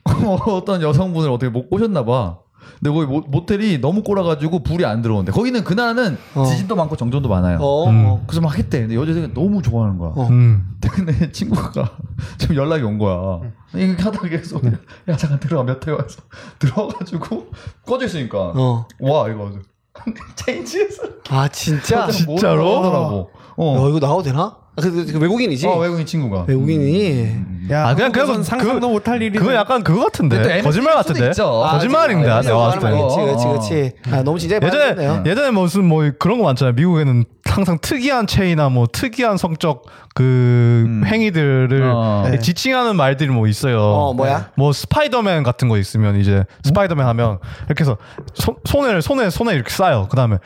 어떤 여성분을 어떻게 못 꼬셨나 봐. 근데 거기 모, 모텔이 너무 꼬라가지고 불이 안 들어오는데 거기는 그날은
어.
지진도 많고 정전도 많아요.
어.
음.
그래서 막 했대. 근데 여자애가 너무 좋아하는 거야.
어.
음.
근데 친구가 지금 연락이 온 거야. 이렇게 하다가 계속 야 잠깐 들어가 몇 회가 해서 들어가가지고 꺼져 있으니까
어.
와 이거 아주 체인지해서 뭐
아, 진짜?
어,
진짜로?
하더라고. 어.
어, 이거 나와도 되나? 아, 그, 그 외국인이지?
어, 외국인 친구가.
외국인이.
야,
아, 그냥
한국에선
그건-
상상도 못할 일이
그거 약간 그거
근데
같은데.
또
거짓말
MSG 일 수도
같은데.
있죠.
아,
거짓말입니다.
진짜.
내가 봤을
거짓말.
때는.
그렇지, 그렇지, 그렇지. 아, 너무 진지하게
예전에
봐야겠네요.
예전에 무슨 뭐 그런 거 많잖아요. 미국에는 항상 특이한 체이나 뭐 특이한 성적 그 행위들을
어.
네. 지칭하는 말들이 뭐 있어요.
어, 뭐야?
뭐 스파이더맨 같은 거 있으면 이제 스파이더맨 하면 이렇게 해서 손, 손을 손에 손에 이렇게 싸요. 그다음에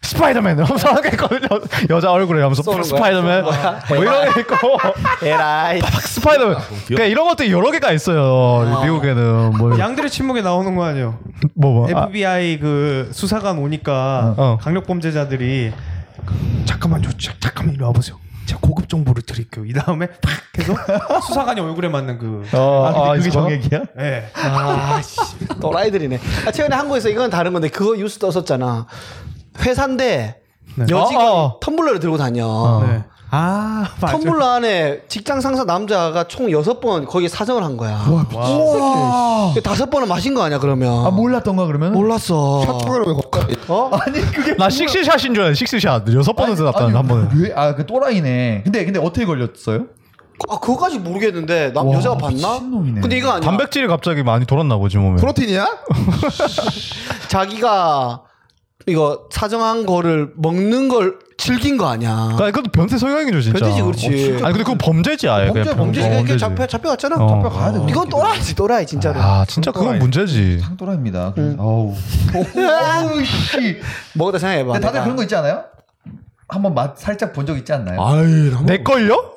스파이더맨 하면서 하는 게 있거든요. 여자 얼굴에 하면서
쏘는 거야?
스파이더맨
쏘는 거야?
뭐 이런 게 있고
에라이.
스파이더맨 그러니까 이런 것들이 여러 개가 있어요.
아.
미국에는 뭐
양들의 침묵에 나오는 거 아니에요?
뭐, 뭐. 아,
FBI 그 수사관 오니까
어.
강력 범죄자들이 잠깐만 요 자- 잠깐만 이리 와보세요. 제가 고급 정보를 드릴게요. 이 다음에 팍 해서 수사관이 얼굴에 맞는 그
어,
아, 근데 그게
있어요?
정액이야?
예.
아, 씨. 또라이들이네. 아, 최근에 한국에서 이건 다른 건데, 그거 뉴스 떴었잖아. 회사인데, 여직원이
어, 어.
텀블러를 들고 다녀.
네. 아 맞아.
텀블러 안에 직장 상사 남자가 총 여섯 번 거기에 사정을 한 거야.
와.
다섯 번은 마신 거 아니야 그러면?
아 몰랐던가 그러면?
몰랐어.
아니 그게
나 식스샷인 줄 알았어. 식스샷. 여섯 번은 들었다는 한 번에.
아그 또라이네. 근데 근데 어떻게 걸렸어요?
아 그거까지 모르겠는데 남
와,
여자가 봤나?
미친놈이네.
근데 이거 아니야.
단백질이 갑자기 많이 돌았나 보지 몸에.
프로틴이야?
자기가 이거 사정한 거를 먹는 걸 즐긴 거 아니야.
그러니까 그것도 변태 성형이죠 진짜.
변태지, 그렇지.
아니 근데 그건 범죄지 아예.
범죄,
그냥.
범죄지.
범죄니까 이렇게
범죄지.
잡혀 잡혀갔잖아.
어.
가야 돼.
이건 또라이지 또라이 진짜로.
아 진짜 그건
그러니까.
문제지.
상또라입니다. 그래서 음. 아우. 아우 씨.
먹었다 생각해봐.
근데 다들
내가.
그런 거 있지 않아요? 한번 맛 살짝 본 적 있지 않나요?
아이, 나
내 걸요?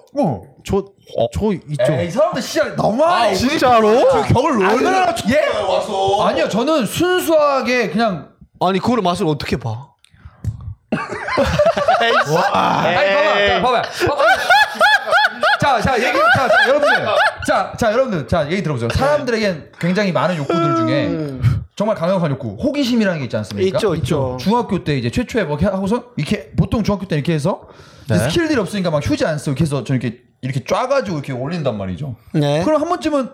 저저
어? 에이, 이 사람들 시야 너무 아,
진짜로?
벽을 얼마나 예? 와서. 아니요, 저는 순수하게 그냥
아니 그걸 맛을 어떻게 봐?
아니 봐봐, 봐봐, 봐봐. 자, 자, 얘기, 자, 자, 여러분들, 자, 자, 여러분들, 자, 얘기 들어보세요. 사람들에겐 굉장히 많은 욕구들 중에 정말 강력한 욕구, 호기심이라는 게 있지
음.
않습니까?
있죠, 있죠.
중학교 때 이제 최초에 뭐 이렇게 하고서 이렇게 보통 중학교 때 이렇게 해서 이제
네.
스킬들이 없으니까 막 휴지 안 쓰고 이렇게 해서 저 이렇게 이렇게 쫙가지고 이렇게 올린단 말이죠.
네.
그럼 한 번쯤은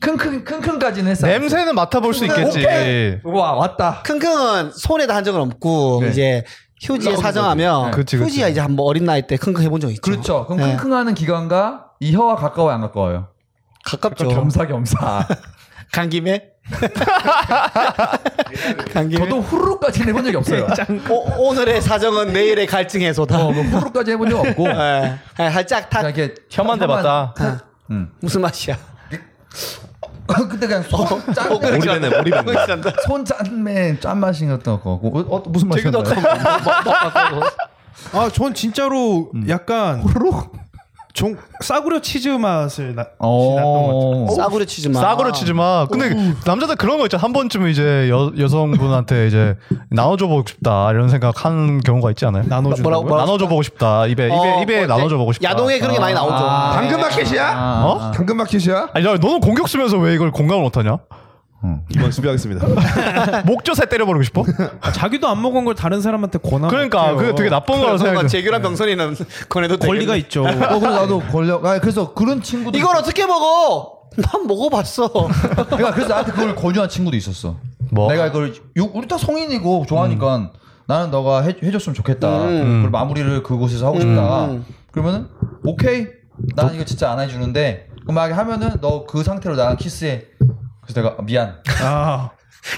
킁킁 킁킁까지는 했어.
냄새는 맡아볼 수 있겠지.
와 왔다.
킁킁은 손에다 한 적은 없고
네.
이제 휴지에
올라오는
사정하면
거지.
네. 그치, 그치.
휴지야 이제 한번 뭐 어린 나이 때 킁킁 해본 적 있죠.
그렇죠. 그럼
네.
킁킁하는 기관과 이 혀와 가까워요, 안 가까워요?
가깝죠. 아.
겸사겸사.
간 김에 간
예.
김에
저도 후루룩까지는 해본 적이 없어요.
네,
오, 오늘의 사정은 내일의 갈증 해소다.
어, 뭐 후루룩까지 해본 적 없고 그냥
예. 예, 살짝 탁
이렇게 음.
혀만 대봤다. 아.
무슨 맛이야? 어,
그때 그냥 손 짠,
오리배네 오리배네.
손 짠매 짠맛인 것도 없고 어, 어, 무슨 맛이었나요?
아전 진짜로 약간 종 싸구려 치즈 맛을 나,
어.
싸구려 치즈 맛.
싸구려 치지 마. 근데 남자들 그런 거 있잖아. 한 번쯤은 이제 여, 여성분한테 이제 나눠줘 보고 싶다 이런 생각 하는 경우가 있지 않아요?
나눠주는
뭐라고-
거예요?
뭐라고-
나눠줘 보고 싶다. 입에
어,
입에
뭐
입에 나눠줘
이제
보고 싶다.
야동에 그런 게 많이 나오죠. 아,
당근마켓이야?
어?
어?
당근마켓이야?
아니 야, 너는 공격 쓰면서 왜 이걸 공감을 못하냐?
이번 수비하겠습니다.
목젖에 때려버리고 싶어?
아, 자기도 안 먹은 걸 다른 사람한테 권하면
그러니까
어떡해요.
그게 되게 나쁜 거라고
뭔가
생각해.
재규랑 병선이는 권해도
권리가
되겠네.
있죠.
어, 그래 나도 권력. 아, 그래서 그런 친구도
이걸 어떻게 먹어? 난 먹어봤어.
그러니까 그래서 나한테 그걸 권유한 친구도 있었어.
뭐?
내가 이걸 요- 우리 다 성인이고 좋아하니까
음.
음.
나는 너가 해, 해줬으면 좋겠다. 그리고 마무리를 그곳에서 하고 싶다. 그러면은 오케이 난 이거 진짜 안 해주는데 그럼 만약에 하면은 너 그 상태로 나랑 키스해 그래서 내가 아, 미안
아,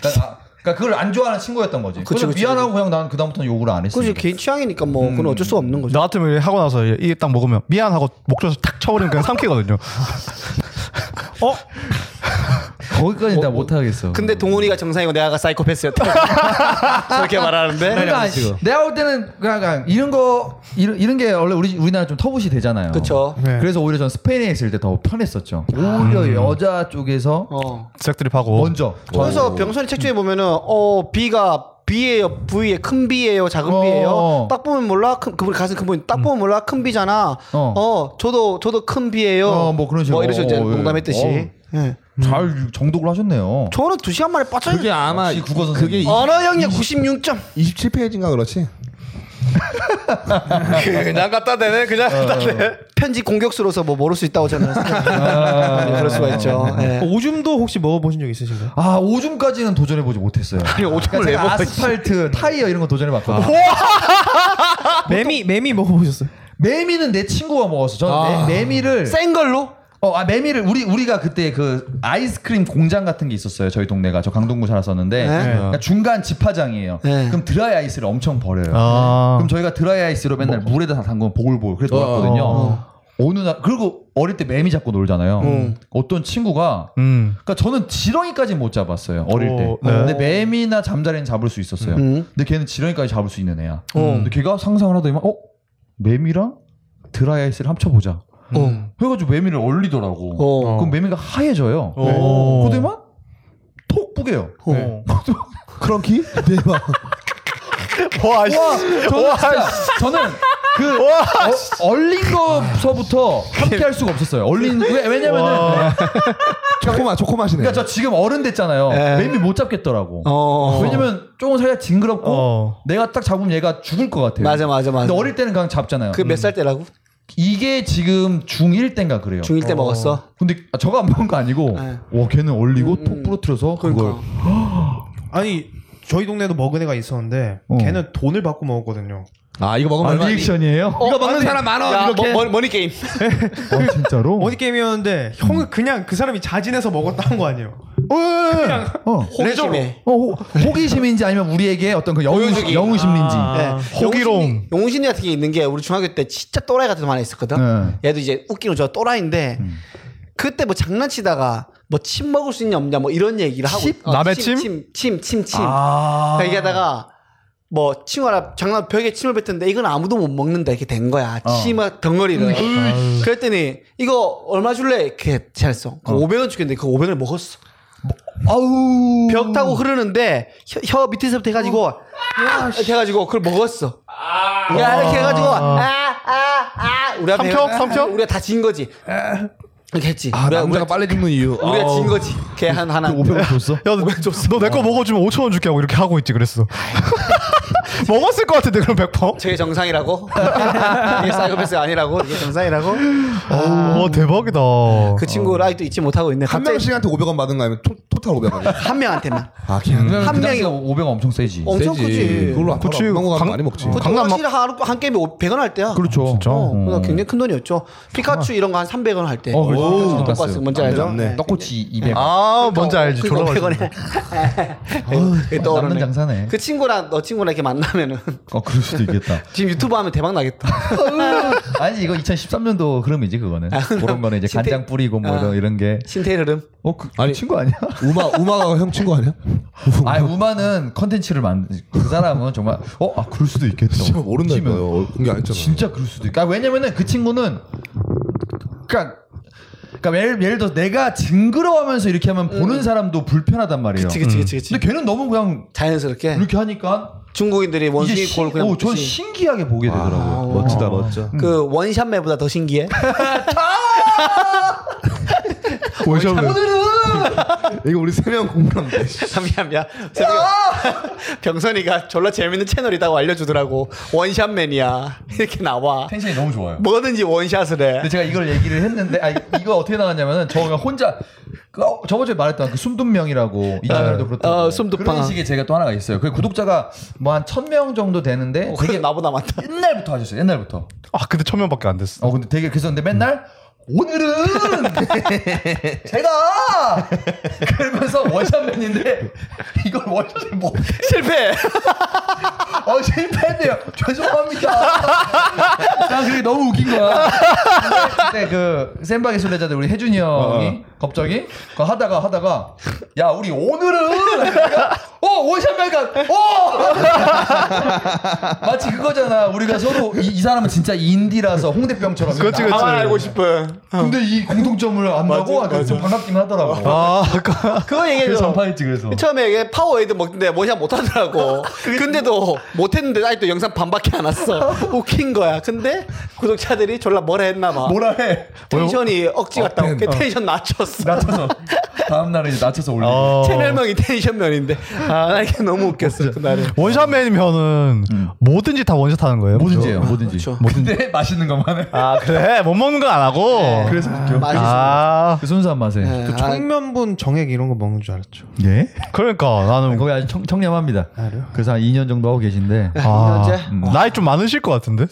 그러니까, 아, 그러니까 그걸 안 좋아하는 친구였던 거지
그치,
그래서
그치,
미안하고 그냥 난 그다음부터는 욕을 안 했어
그지 개인 취향이니까 뭐 그건 어쩔 수가 없는 거죠.
나 같으면 이렇게 하고 나서 이 딱 먹으면 미안하고 목젖을 탁 쳐버리면 그냥 삼키거든요.
거기까지 나 못하겠어. 음.
근데 동훈이가 정상이고 내가 아까 사이코패스였다. 그렇게 말하는데.
그러니까 내가 볼 때는 그냥, 그냥 이런 거 이런, 이런 게 원래 우리 우리나라 좀 터부시 되잖아요.
그쵸.
네.
그래서 오히려 전 스페인에 있을 때 더 편했었죠. 오히려 여자 쪽에서
음. 어.
색드립하고
먼저.
그래서 병선이 책중에 보면은 어 B가 B예요, V예요, 큰 B예요, 작은
어,
B예요.
어.
딱 보면 몰라, 큰, 그분 가슴 큰 분이 딱 보면 몰라, 큰 B잖아. 어,
어.
저도 저도 큰 B예요.
어, 뭐 그런 식으로.
뭐 이런 식으로 이제
어, 어, 예.
농담했듯이. 예.
잘 정독을 하셨네요.
저는 두 시간 만에 빠져요.
그게 아마
역시 국어 선생님.
그게
언어 영역 96점.
27페이지인가 그렇지?
그냥 갖다 대네, 그냥
어.
갖다 대. 편지 공격수로서 뭐 모를 수 있다고 저는 생각해요. 그럴 수가 있죠. 예.
어, 오줌도 혹시 먹어보신 적 있으신가요?
아 오줌까지는 도전해보지 못했어요. 그러니까
아니 오줌을 아. 내
제가
먹어.
아스팔트, 타이어 이런 거 도전해봤거든요.
아,
매미 매미 먹어보셨어요?
매미는 내 친구가 먹었어. 저는
아.
매, 매미를
센 걸로?
어, 아, 매미를 우리 우리가 그때 그 아이스크림 공장 같은 게 있었어요. 저희 동네가 저 강동구 살았었는데
네.
그러니까 중간 집화장이에요.
네.
그럼 드라이 아이스를 엄청 버려요.
아,
그럼 저희가 드라이 아이스로 맨날 물에다 다 담그면 보글보글 그래서 놀았거든요. 어느 날 그리고 어릴 때 매미 잡고 놀잖아요. 어떤 친구가
음,
그러니까 저는 지렁이까지 못 잡았어요 어릴 때.
어, 네.
근데 매미나 잠자리는 잡을 수 있었어요.
음.
근데 걔는 지렁이까지 잡을 수 있는 애야. 근데 걔가 상상을 하더니만 어 매미랑 드라이 아이스를 합쳐보자.
어.
그래가지고 매미를 얼리더라고.
어.
그럼 매미가 하얘져요.
오.
그대만 톡 뿌개요.
어. 네.
크런키? 대박.
와, 씨.
와, 저는 진짜, 저는 그 어, 얼린 거서부터 함께 할 수가 없었어요. 얼린 왜, 왜냐면은 네.
초코맛, 초코맛이네.
그러니까 저 지금 어른 됐잖아요. 매미 못 잡겠더라고.
어.
왜냐면 조금 살짝 징그럽고
어.
내가 딱 잡으면 얘가 죽을 것 같아요.
맞아, 맞아, 맞아.
음. 근데 어릴 음. 때는 그냥 잡잖아요.
그 몇 살 때라고?
이게 지금 중1 때인가 그래요.
중1 때 먹었어.
근데 아, 저가 안 먹은 거 아니고
네.
와 걔는 얼리고 톡 부러뜨려서 그걸
그러니까.
아니 저희 동네도 먹은 애가 있었는데 걔는 돈을 받고 먹었거든요.
아, 이거 먹으면 얼마-
리액션이에요?
어,
이거 먹는 사람 많아.
야, 뭐,
이렇게.
머, 머, 니 게임.
아, 진짜로?
어디 게임이었는데 형은 그냥 그 사람이 자진해서 먹었다는 거 아니에요? 그냥
호기심에.
어, 호, 호기심인지 아니면 우리에게 어떤 그
보여주기.
영웅, 영웅심리인지.
아,
아.
호기로움.
네. 용신이 같은 게 있는 게 우리 중학교 때 진짜 또라이 같은 거 많이 있었거든.
네.
얘도 이제 웃기는 저 또라이인데
음.
그때 뭐 장난치다가 뭐 침 먹을 수 있냐 없냐 뭐 이런 얘기를 하고
침?
어,
남의 침?
침, 침, 침, 침.
아.
그러니까 얘기하다가 뭐 친구랑 장난 벽에 침을 뱉었는데 이건 아무도 못 먹는다 이렇게 된 거야.
어.
침을 덩어리를.
음.
그랬더니 이거 얼마 줄래? 이렇게 잘했어. 그 500원 주겠는데 그 500원을 먹었어.
아우.
벽 타고 흐르는데 혀, 혀 밑에서부터 해가지고 이렇게 해가지고 그걸 먹었어. 야 이렇게 해가지고 아아아 우리 앞에
삼켜? 삼켜?
우리가 다 진 거지. 이렇게 했지.
아,
우리가,
남자가 빨리 죽는 이유.
우리가, 우리가
아우.
진 거지. 걔 한 하나.
그
500원 줬어?
야, 너내 거 먹어주면 5천 원 줄게 하고 이렇게 하고 있지 그랬어. 먹었을 것 같은데 그럼 100%?
저게 정상이라고? 이게 사이코패스 아니라고? 이게 정상이라고?
와 대박이다.
그 친구를 아직도 잊지 못하고 있네.
한
갑자기
명씩한테 500원 받은 거 아니면 토, 토탈 500원.
한 명한테만.
아, 그냥.
한
한
그
명이-
명이 500원 엄청 세지.
어.
엄청 크지.
그걸로 앞으로
그치.
안 먹는 거
강-
많이 먹지.
보통
강남
확실히 하루 한 게임에 100원 할 때야.
그렇죠.
진짜?
어,
음.
그거 굉장히 큰 돈이었죠. 피카츄 이런 거 한 300원 할 때.
어, 그렇죠.
오,
똑같아요.
똑같았어요. 뭔지 알죠?
네.
떡꼬치 200원.
아 뭔지 알지. 졸라
그러니까
맛있어.
500원에. 그게 떠오르네.
어, 남는 장사네.
그 친구랑 너 친구랑 이렇게 만나면은
어, 그럴 수도 있겠다.
지금 유튜브 하면 대박 나겠다.
아니, 이거 2013년도 흐름이지, 그거는. 그런 거는 이제
신태-
간장 뿌리고 뭐
아.
이런, 이런 게.
신태일 흐름.
어, 그,
아니.
아니, 친구 아니야?
우마, 우마가 형 친구 아니야?
뭐,
아, 우마는 컨텐츠를 만, 그 사람은 정말, 어, 아, 그럴 수도 있겠다.
진짜 모른다니까요. 공개 안 했잖아.
진짜 그럴 수도 있고. 아, 왜냐면은 그 친구는 그러니까 그러니까 예를, 예를 들어 서 내가 징그러워하면서 이렇게 하면 보는 사람도 불편하단 말이에요.
음. 그치 그치 그치 그치.
음. 근데 걔는 너무 그냥
자연스럽게
이렇게 하니까
중국인들이
이제
원숭이
신-
골 그냥
어, 전
먹듯이.
신기하게 보게
아,
되더라고요.
멋지다, 멋져.
그 원샷 매보다 더 신기해.
원샷 이거 우리 세 명 공부한데.
아, 미안 미안. 새벽에 병선이가 졸라 재밌는 채널이다고 알려주더라고. 원샷 매니아 이렇게 나와.
텐션이 너무 좋아요.
뭐든지 원샷을 해.
근데 제가 이걸 얘기를 했는데 아, 이거 어떻게 나왔냐면은 저 그냥 혼자 그, 어, 저번 주에 말했던 그 숨둔명이라고 이전에도 그렇다고
어, 숨둔빵.
그런 식의 제가 또 하나가 있어요. 그 구독자가 뭐 한 천 명 정도 되는데
어, 그래
되게
나보다 많다.
옛날부터 하셨어요. 옛날부터.
아 근데 천 명밖에 안 됐어.
어 근데 되게 그랬었는데 맨날 오늘은 제가 그러면서 원샷맨인데 이걸 원샷을 못
실패.
어, 실패했네요. 죄송합니다. 난 그게 너무 웃긴 거야. 근데, 근데 그, 센박의 순례자들 우리 혜준이 형이 갑자기 그거 하다가 하다가, 야, 우리 오늘은! 내가, 어, 원샷맨가! 어! 마치 그거잖아. 우리가 서로, 이, 이 사람은 진짜 인디라서 홍대병처럼.
그렇지, 그렇지.
나만 알고 싶은.
근데 이 공통점을 안다고? 아, 그래서 좀 반갑긴 하더라고.
아
그거 얘기해줘.
그래서 전파했지, 그래서.
처음에 이게 파워에이드 먹는데 모샷 못하더라고. 근데도 못했는데 아직도 영상 반밖에 안 왔어. 웃긴 거야. 근데 구독자들이 졸라 뭐라 했나 봐.
뭐라 해.
텐션이 억지 같다. 고 텐션 낮췄어.
낮춰서. 다음날은 이제 낮춰서 올리고.
어,
채널명이 텐션면인데 아 나 이게 너무 웃겼어 그날은.
원샷맨이면은 뭐든지 다 원샷 하는 거예요.
뭐든지 해요,
그죠?
뭐든지.
그렇죠.
근데 맛있는 것만 해.
아 그래 못 먹는 건 안 하고.
그래서 웃겨.
맛있어.
아
그 순수한 맛에.
네, 아,
청면분 정액 이런 거 먹는 줄 알았죠.
예?
그러니까 나는
거기 아주 청, 청렴합니다. 그래서 한 2년 정도 하고 계신데.
아,
이년째?
음. 나이 좀 많으실 것 같은데.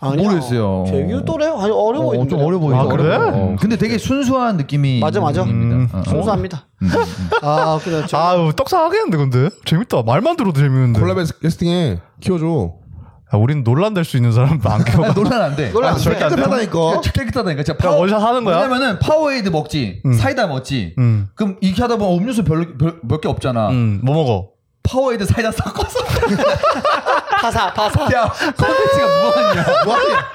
아니야.
모르겠어요.
제규 또래요? 아니 어려
어,
보이는데.
좀 어려 보이죠.
아, 그래?
어려워. 어, 근데 되게 순수한 느낌이.
맞아, 맞아.
음.
순수합니다. 아 그래. 저,
아우 떡상하겠는데 근데 재밌다. 말만 들어도 재밌는데.
콜라벤 캐스팅에 키워줘.
야, 우린 논란될 수 있는 사람 안 키워.
아, 논란 안 돼.
놀라.
절대 안 돼.
깨끗하다니까.
진짜 어? 깨끗하다니까. 진짜
그냥 원샷 하는 거야?
왜냐면은 파워에이드 먹지, 사이다 먹지.
음.
그럼 이렇게 하다 보면 음료수 별로 몇 개 없잖아.
음, 뭐 먹어?
파워에이드 사이다 섞어서.
파사 파사.
야, 컨텐츠가 무한이야.
뭐하냐?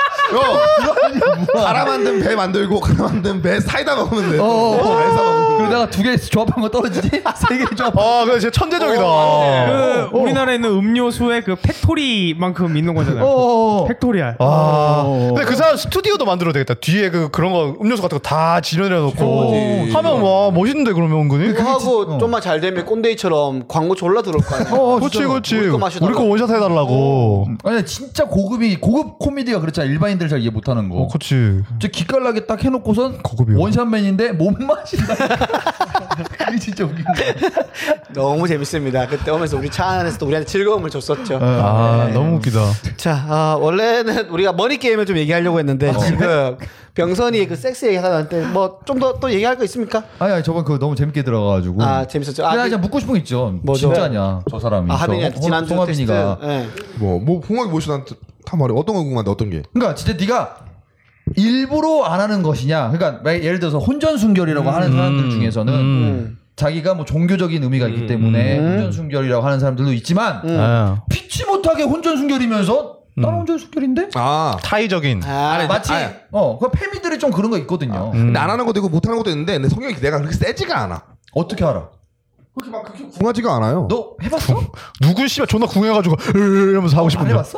갈아 만든 배 만들고 갈아 만든 배 사이다 먹으면 돼.
어, 어, 어.
배에서 먹으면 돼.
그러다가 두 개 조합한 거 떨어지지? 세 개 조합.
아, 근데 진짜 천재적이다. 어,
그 우리나라에 있는 음료수의 그 팩토리만큼 있는 거잖아요.
어.
팩토리알.
아, 근데 그 사람 스튜디오도 만들어도 되겠다. 뒤에 그 그런 거 음료수 같은 거 다 진열해 놓고 하면 와 멋있는데 그러면 은근히.
그거 하고 좀만 잘 되면 꼰대이처럼 광고 졸라 들어올 거 아니야.
그렇지, 그렇지.
우리 거 마시다가.
우리 거 원샷 해달라고.
아니 진짜 고급이 고급 코미디가 그렇잖아 일반인들 잘 이해 못하는 거.
어, 그렇지.
진짜 기깔나게 딱 해놓고선
고급이요.
원샷맨인데 못 마신다. 그게 진짜 웃긴 거야.
너무 재밌습니다. 그때 오면서 우리 차 안에서 또 우리한테 즐거움을 줬었죠.
아, 너무 웃기다.
자, 아, 원래는 우리가 머니 게임을 좀 얘기하려고 했는데 지금 병선이 그 섹스 얘기하다는데 뭐 좀 더 또 얘기할 거 있습니까?
아니 아니 저번 그거 너무 재밌게 들어가가지고.
아, 재밌었죠. 아,
아, 근데 나
그-
진짜 묻고 싶은 거 있죠.
뭐죠?
진짜냐 저 사람이.
아,
저
하빈이한테
홍-
지난주
홍하빈이가.
테스트. 예.
뭐, 뭐, 홍학이 뭐시 난다 말해. 어떤 거 궁금한데, 어떤 게?
그러니까 진짜 네가 일부러 안 하는 것이냐. 그러니까 막 예를 들어서 혼전 순결이라고 하는 사람들 중에서는
음.
자기가 뭐 종교적인 의미가 있기 때문에
음.
혼전 순결이라고 하는 사람들도 있지만
아.
피치 못하게 혼전 순결이면서 나는 혼전 순결인데.
아.
타의적인.
아,
마치
아.
어, 그 패미들이 좀 그런 거 있거든요.
근데 안 음. 하는 것도 있고 못 하는 것도 있는데, 내 성격이 내가 그렇게 세지가 않아.
어떻게 알아?
그렇게 막 그렇게 궁하지가 않아요.
너 해봤어?
누군 씨발 존나 궁해가지고 으, 이러면서 하고
안
싶은데.
해봤어?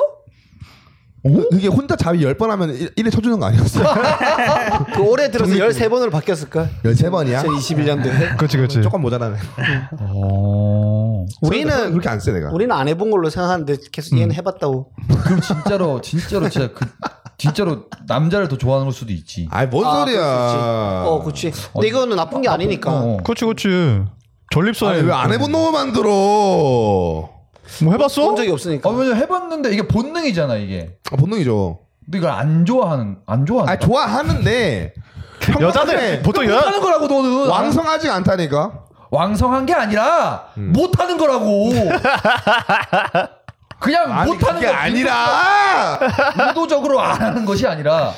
그- 그게 혼자 자위 10번 하면 1에 쳐주는 거 아니었어?
그 올해 들어서 13번으로 바뀌었을까? 네.
13번이야?
2021년도에.
그렇지, 그렇지.
조금 모자라네.
어.
그래서
우리는
그렇게 안 세, 내가.
우리는 안 해본 걸로 생각하는데 계속 얘는 해봤다고.
그럼 진짜로 진짜로 진짜 그 진짜로 남자를 더 좋아하는 걸 수도 있지.
아이, 뭔
아,
소리야.
어, 그렇지. 근데 이거는 나쁜 게 아니니까.
어.
그렇지, 그렇지. 전립선에.
아니, 왜안 해본 놈을 만들어?
뭐 해봤어?
본 적이 없으니까.
아 왜냐 해봤는데 이게 본능이잖아 이게.
아, 본능이죠.
근데 이걸 안 좋아하는 안 좋아하는.
아, 좋아하는데.
여자들, 보통 여,
못하는 거라고 너는
왕성하지 않다니까.
왕성한 게 아니라
음.
못하는 거라고. 그냥 못하는
그게
거
아니라.
의도적으로 안 하는 것이 아니라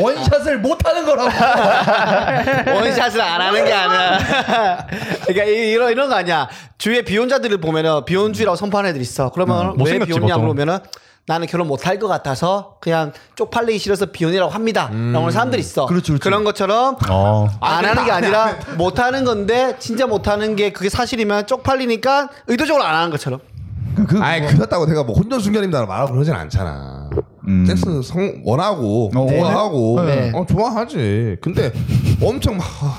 원샷을 못하는 거라고.
원샷을 안 하는 게 아니야. 그러니까 이- 이런 이런 거 아니야. 주위에 비혼자들을 보면은 비혼주의라고 선포하는 애들 있어. 그러면 왜
음, 못생겼지,
비혼냐
보통.
물으면은 나는 결혼 못 할 것 같아서 그냥 쪽팔리기 싫어서 비혼이라고 합니다. 라고 하는 사람들 있어.
그렇죠, 그렇죠.
런 것처럼
어.
안 하는 게 아니라 못 하는 건데 진짜 못 하는 게 그게 사실이면 쪽팔리니까 의도적으로 안 하는 것처럼.
아니 그렇다고 내가 뭐 혼전 순결입니다 말하고 그러진 않잖아. 섹스 성 원하고
어,
원하고
네.
어, 좋아하지. 근데 엄청 막 아,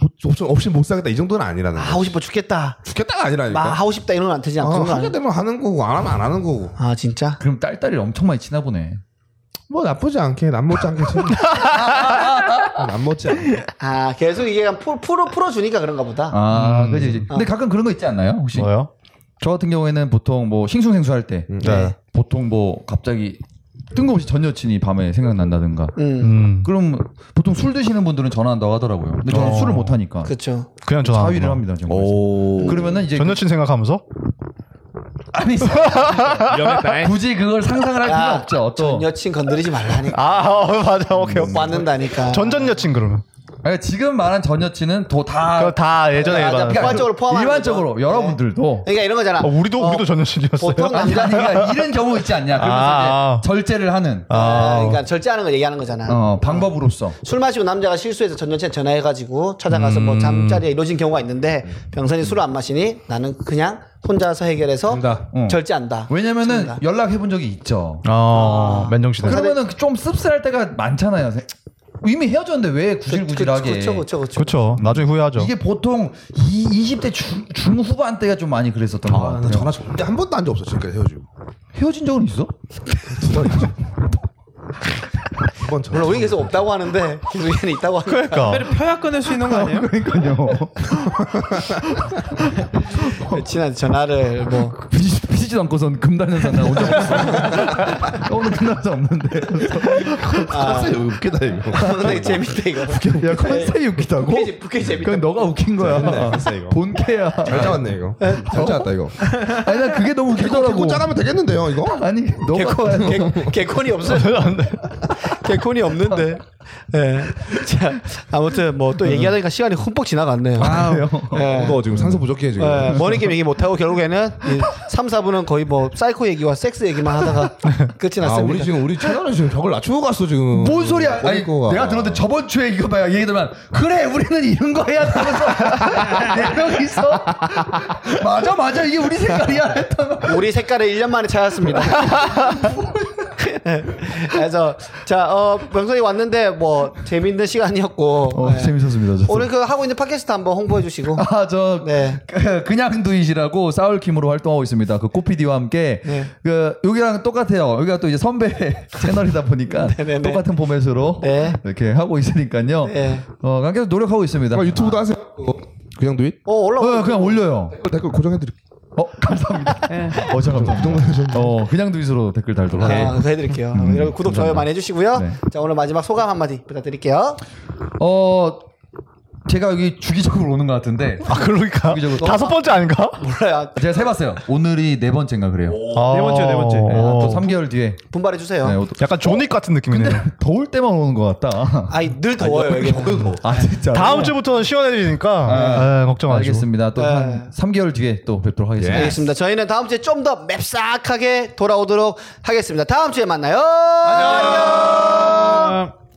못- 없이, 없이 못 살겠다 이 정도는 아니라는
아,
거.
하고 싶어 죽겠다.
죽겠다가 아니라니까.
막 하고 싶다 이런 건안 되지
어.
아,
않그거
하게 되면 하는 거고 안 하면 안 하는 거고.
아 진짜?
그럼 딸딸이 엄청 많이 친나 보네.
뭐 나쁘지 않게 남못지 않게. 지금. 안 멋지 않아.
아 계속 이게 그냥 풀, 풀어 풀어주니까 그런가 보다.
아,
음.
그지. 그지. 근데 가끔 그런 거 있지 않나요? 혹시
뭐요?
저 같은 경우에는 보통 뭐 싱숭생수 할 때
음,
네.
보통 뭐 갑자기 뜬금없이 전 여친이 밤에 생각난다든가.
음,
음.
그럼 보통 술 드시는 분들은 전화 한다고 하더라고요. 근데 저는
어.
술을 못 하니까
그렇죠.
그냥 전화.
자위를 합니다. 지금. 그러면은 이제 그
전 여친 생각하면서
아니 굳이 아, 그걸 상상을 할 필요
야,
없죠. 또
전 여친 건드리지 말라니까.
아 어, 맞아 오케이 오케이.
맞는다니까.
전전 여친 그러면
아니, 지금 말한 전 여친은 도다
그거 다 예전에
맞아,
일반.
그러니까 일반적으로 포함하는
일반적으로 여러분들도
그러니까 이런 거잖아.
어, 우리도 우리도 전 여친이었어요.
보통
아니,
남자
그러니까 이런 경우 있지 않냐. 그러면서
아.
이제 절제를 하는
아,
아,
그러니까 절제하는 걸 얘기하는 거잖아.
어, 방법으로서
술 마시고 남자가 실수해서 전 여친 전화해가지고 찾아가서 뭐 잠자리에 이루어진 경우가 있는데 병선이 술을 안 마시니 나는 그냥 혼자서 해결해서
한다.
응.
절제한다.
왜냐면은
좋습니다.
연락해 본 적이 있죠.
아, 맨정신에.
그러면은 좀 씁쓸할 때가 많잖아요. 이미 헤어졌는데 왜 구질구질하게?
그쵸 그쵸 그쵸.
그렇죠. 나중에 후회하죠.
이게 보통 이 20대 중, 중후반대가 좀 많이 그랬었던 것
나
같아요.
전화 절대 한 번도 안 줘 없어 지금까지 헤어지고
헤어진 적은 있어?
두번 전.
물론 우리 계속 없다고 하는데 계속 얘는 있다고 하니까.
그러니까.
담배를 펴야 끊을 수 있는 거 아니에요?
친한 전화를 뭐
피지, 피지도 않고선 금단현 산다 온적 없어. 오늘 끝나서 없는데.
아,
아, 웃기다 이거.
근데 재밌다 이거.
야 컨셉이 웃기다고?
부캐 부캐 재밌다.
그건 너가 웃긴 거야. 본캐야.
잘 아. 잡았네 이거. 잘 잡았다 이거.
아니 난 그게 너무
이거
웃기더라고.
짜라면 되겠는데요 이거?
아니 너가
개콘 개- 개콘이 없어요. 개콘이 없는데. 예. 자 아무튼 뭐 또 얘기하다니까 시간이 흠뻑 지나갔네요.
아,
예.
이거 지금 상세 부족해 지금. 아,
예, 머니게임 얘기 못하고 결국에는 이 3, 4분은 거의 뭐 사이코 얘기와 섹스 얘기만 하다가 끝이
아
났습니다.
우리 지금 우리 채널은 지금 벽을 낮추고 갔어 지금.
뭔 소리야? 아니,
거니까.
내가 들었는데 저번 주에 이거 봐요. 얘기 들으면 그래 우리는 이런 거 해야 되면서 네 명이서 맞아 맞아 이게 우리 생각이야 했던 거.
우리 색깔을 1년 만에 찾았습니다. 그래서 자, 어, 명성이 왔는데 뭐 재밌는 시간이었고 네.
어, 재밌었습니다.
오늘 그 하고 있는 팟캐스트 한번 홍보해 주시고
아저
네.
그냥 두이시라고 싸울킴으로 활동하고 있습니다. 그 꼬피디와 함께
네.
그 여기랑 똑같아요. 여기가 또 이제 선배 채널이다 보니까
네네네.
똑같은 포맷으로
네.
이렇게 하고 있으니까요.
네.
어 계속 노력하고 있습니다.
아, 유튜브도 하세요. 그거. 그냥 누잇
어, 올라오
어, 그냥 올려요.
댓글 고정해드릴게요.
어 감사합니다. 어 잠깐만. 어 그냥 두이스로 댓글 달도록 하겠습니다.
아, 그거 해드릴게요. 여러분 구독 좋아요 많이 해주시고요.
음, 네.
자 오늘 마지막 소감 한마디 부탁드릴게요.
어 제가 여기 주기적으로 오는 것 같은데
아, 그러니까.
주기적으로-
다섯 번째 아닌가?
몰라요.
제가 세봤어요. 오늘이 네 번째인가 그래요.
네 번째, 네 번째.
네, 또 3개월 뒤에
분발해 주세요.
네, 또-
약간 존윅 같은 느낌이네. 요
더울 때만 오는 것 같다.
아니 늘 더워요 여기.
아 진짜.
다음 주부터는 시원해지니까 예, 걱정 마시고.
알겠습니다. 또
네.
한 3개월 뒤에 또 뵙도록 하겠습니다.
알겠습니다. 저희는 다음 주에 좀 더 맵싹하게 돌아오도록 하겠습니다. 다음 주에 만나요. 안녕.
아,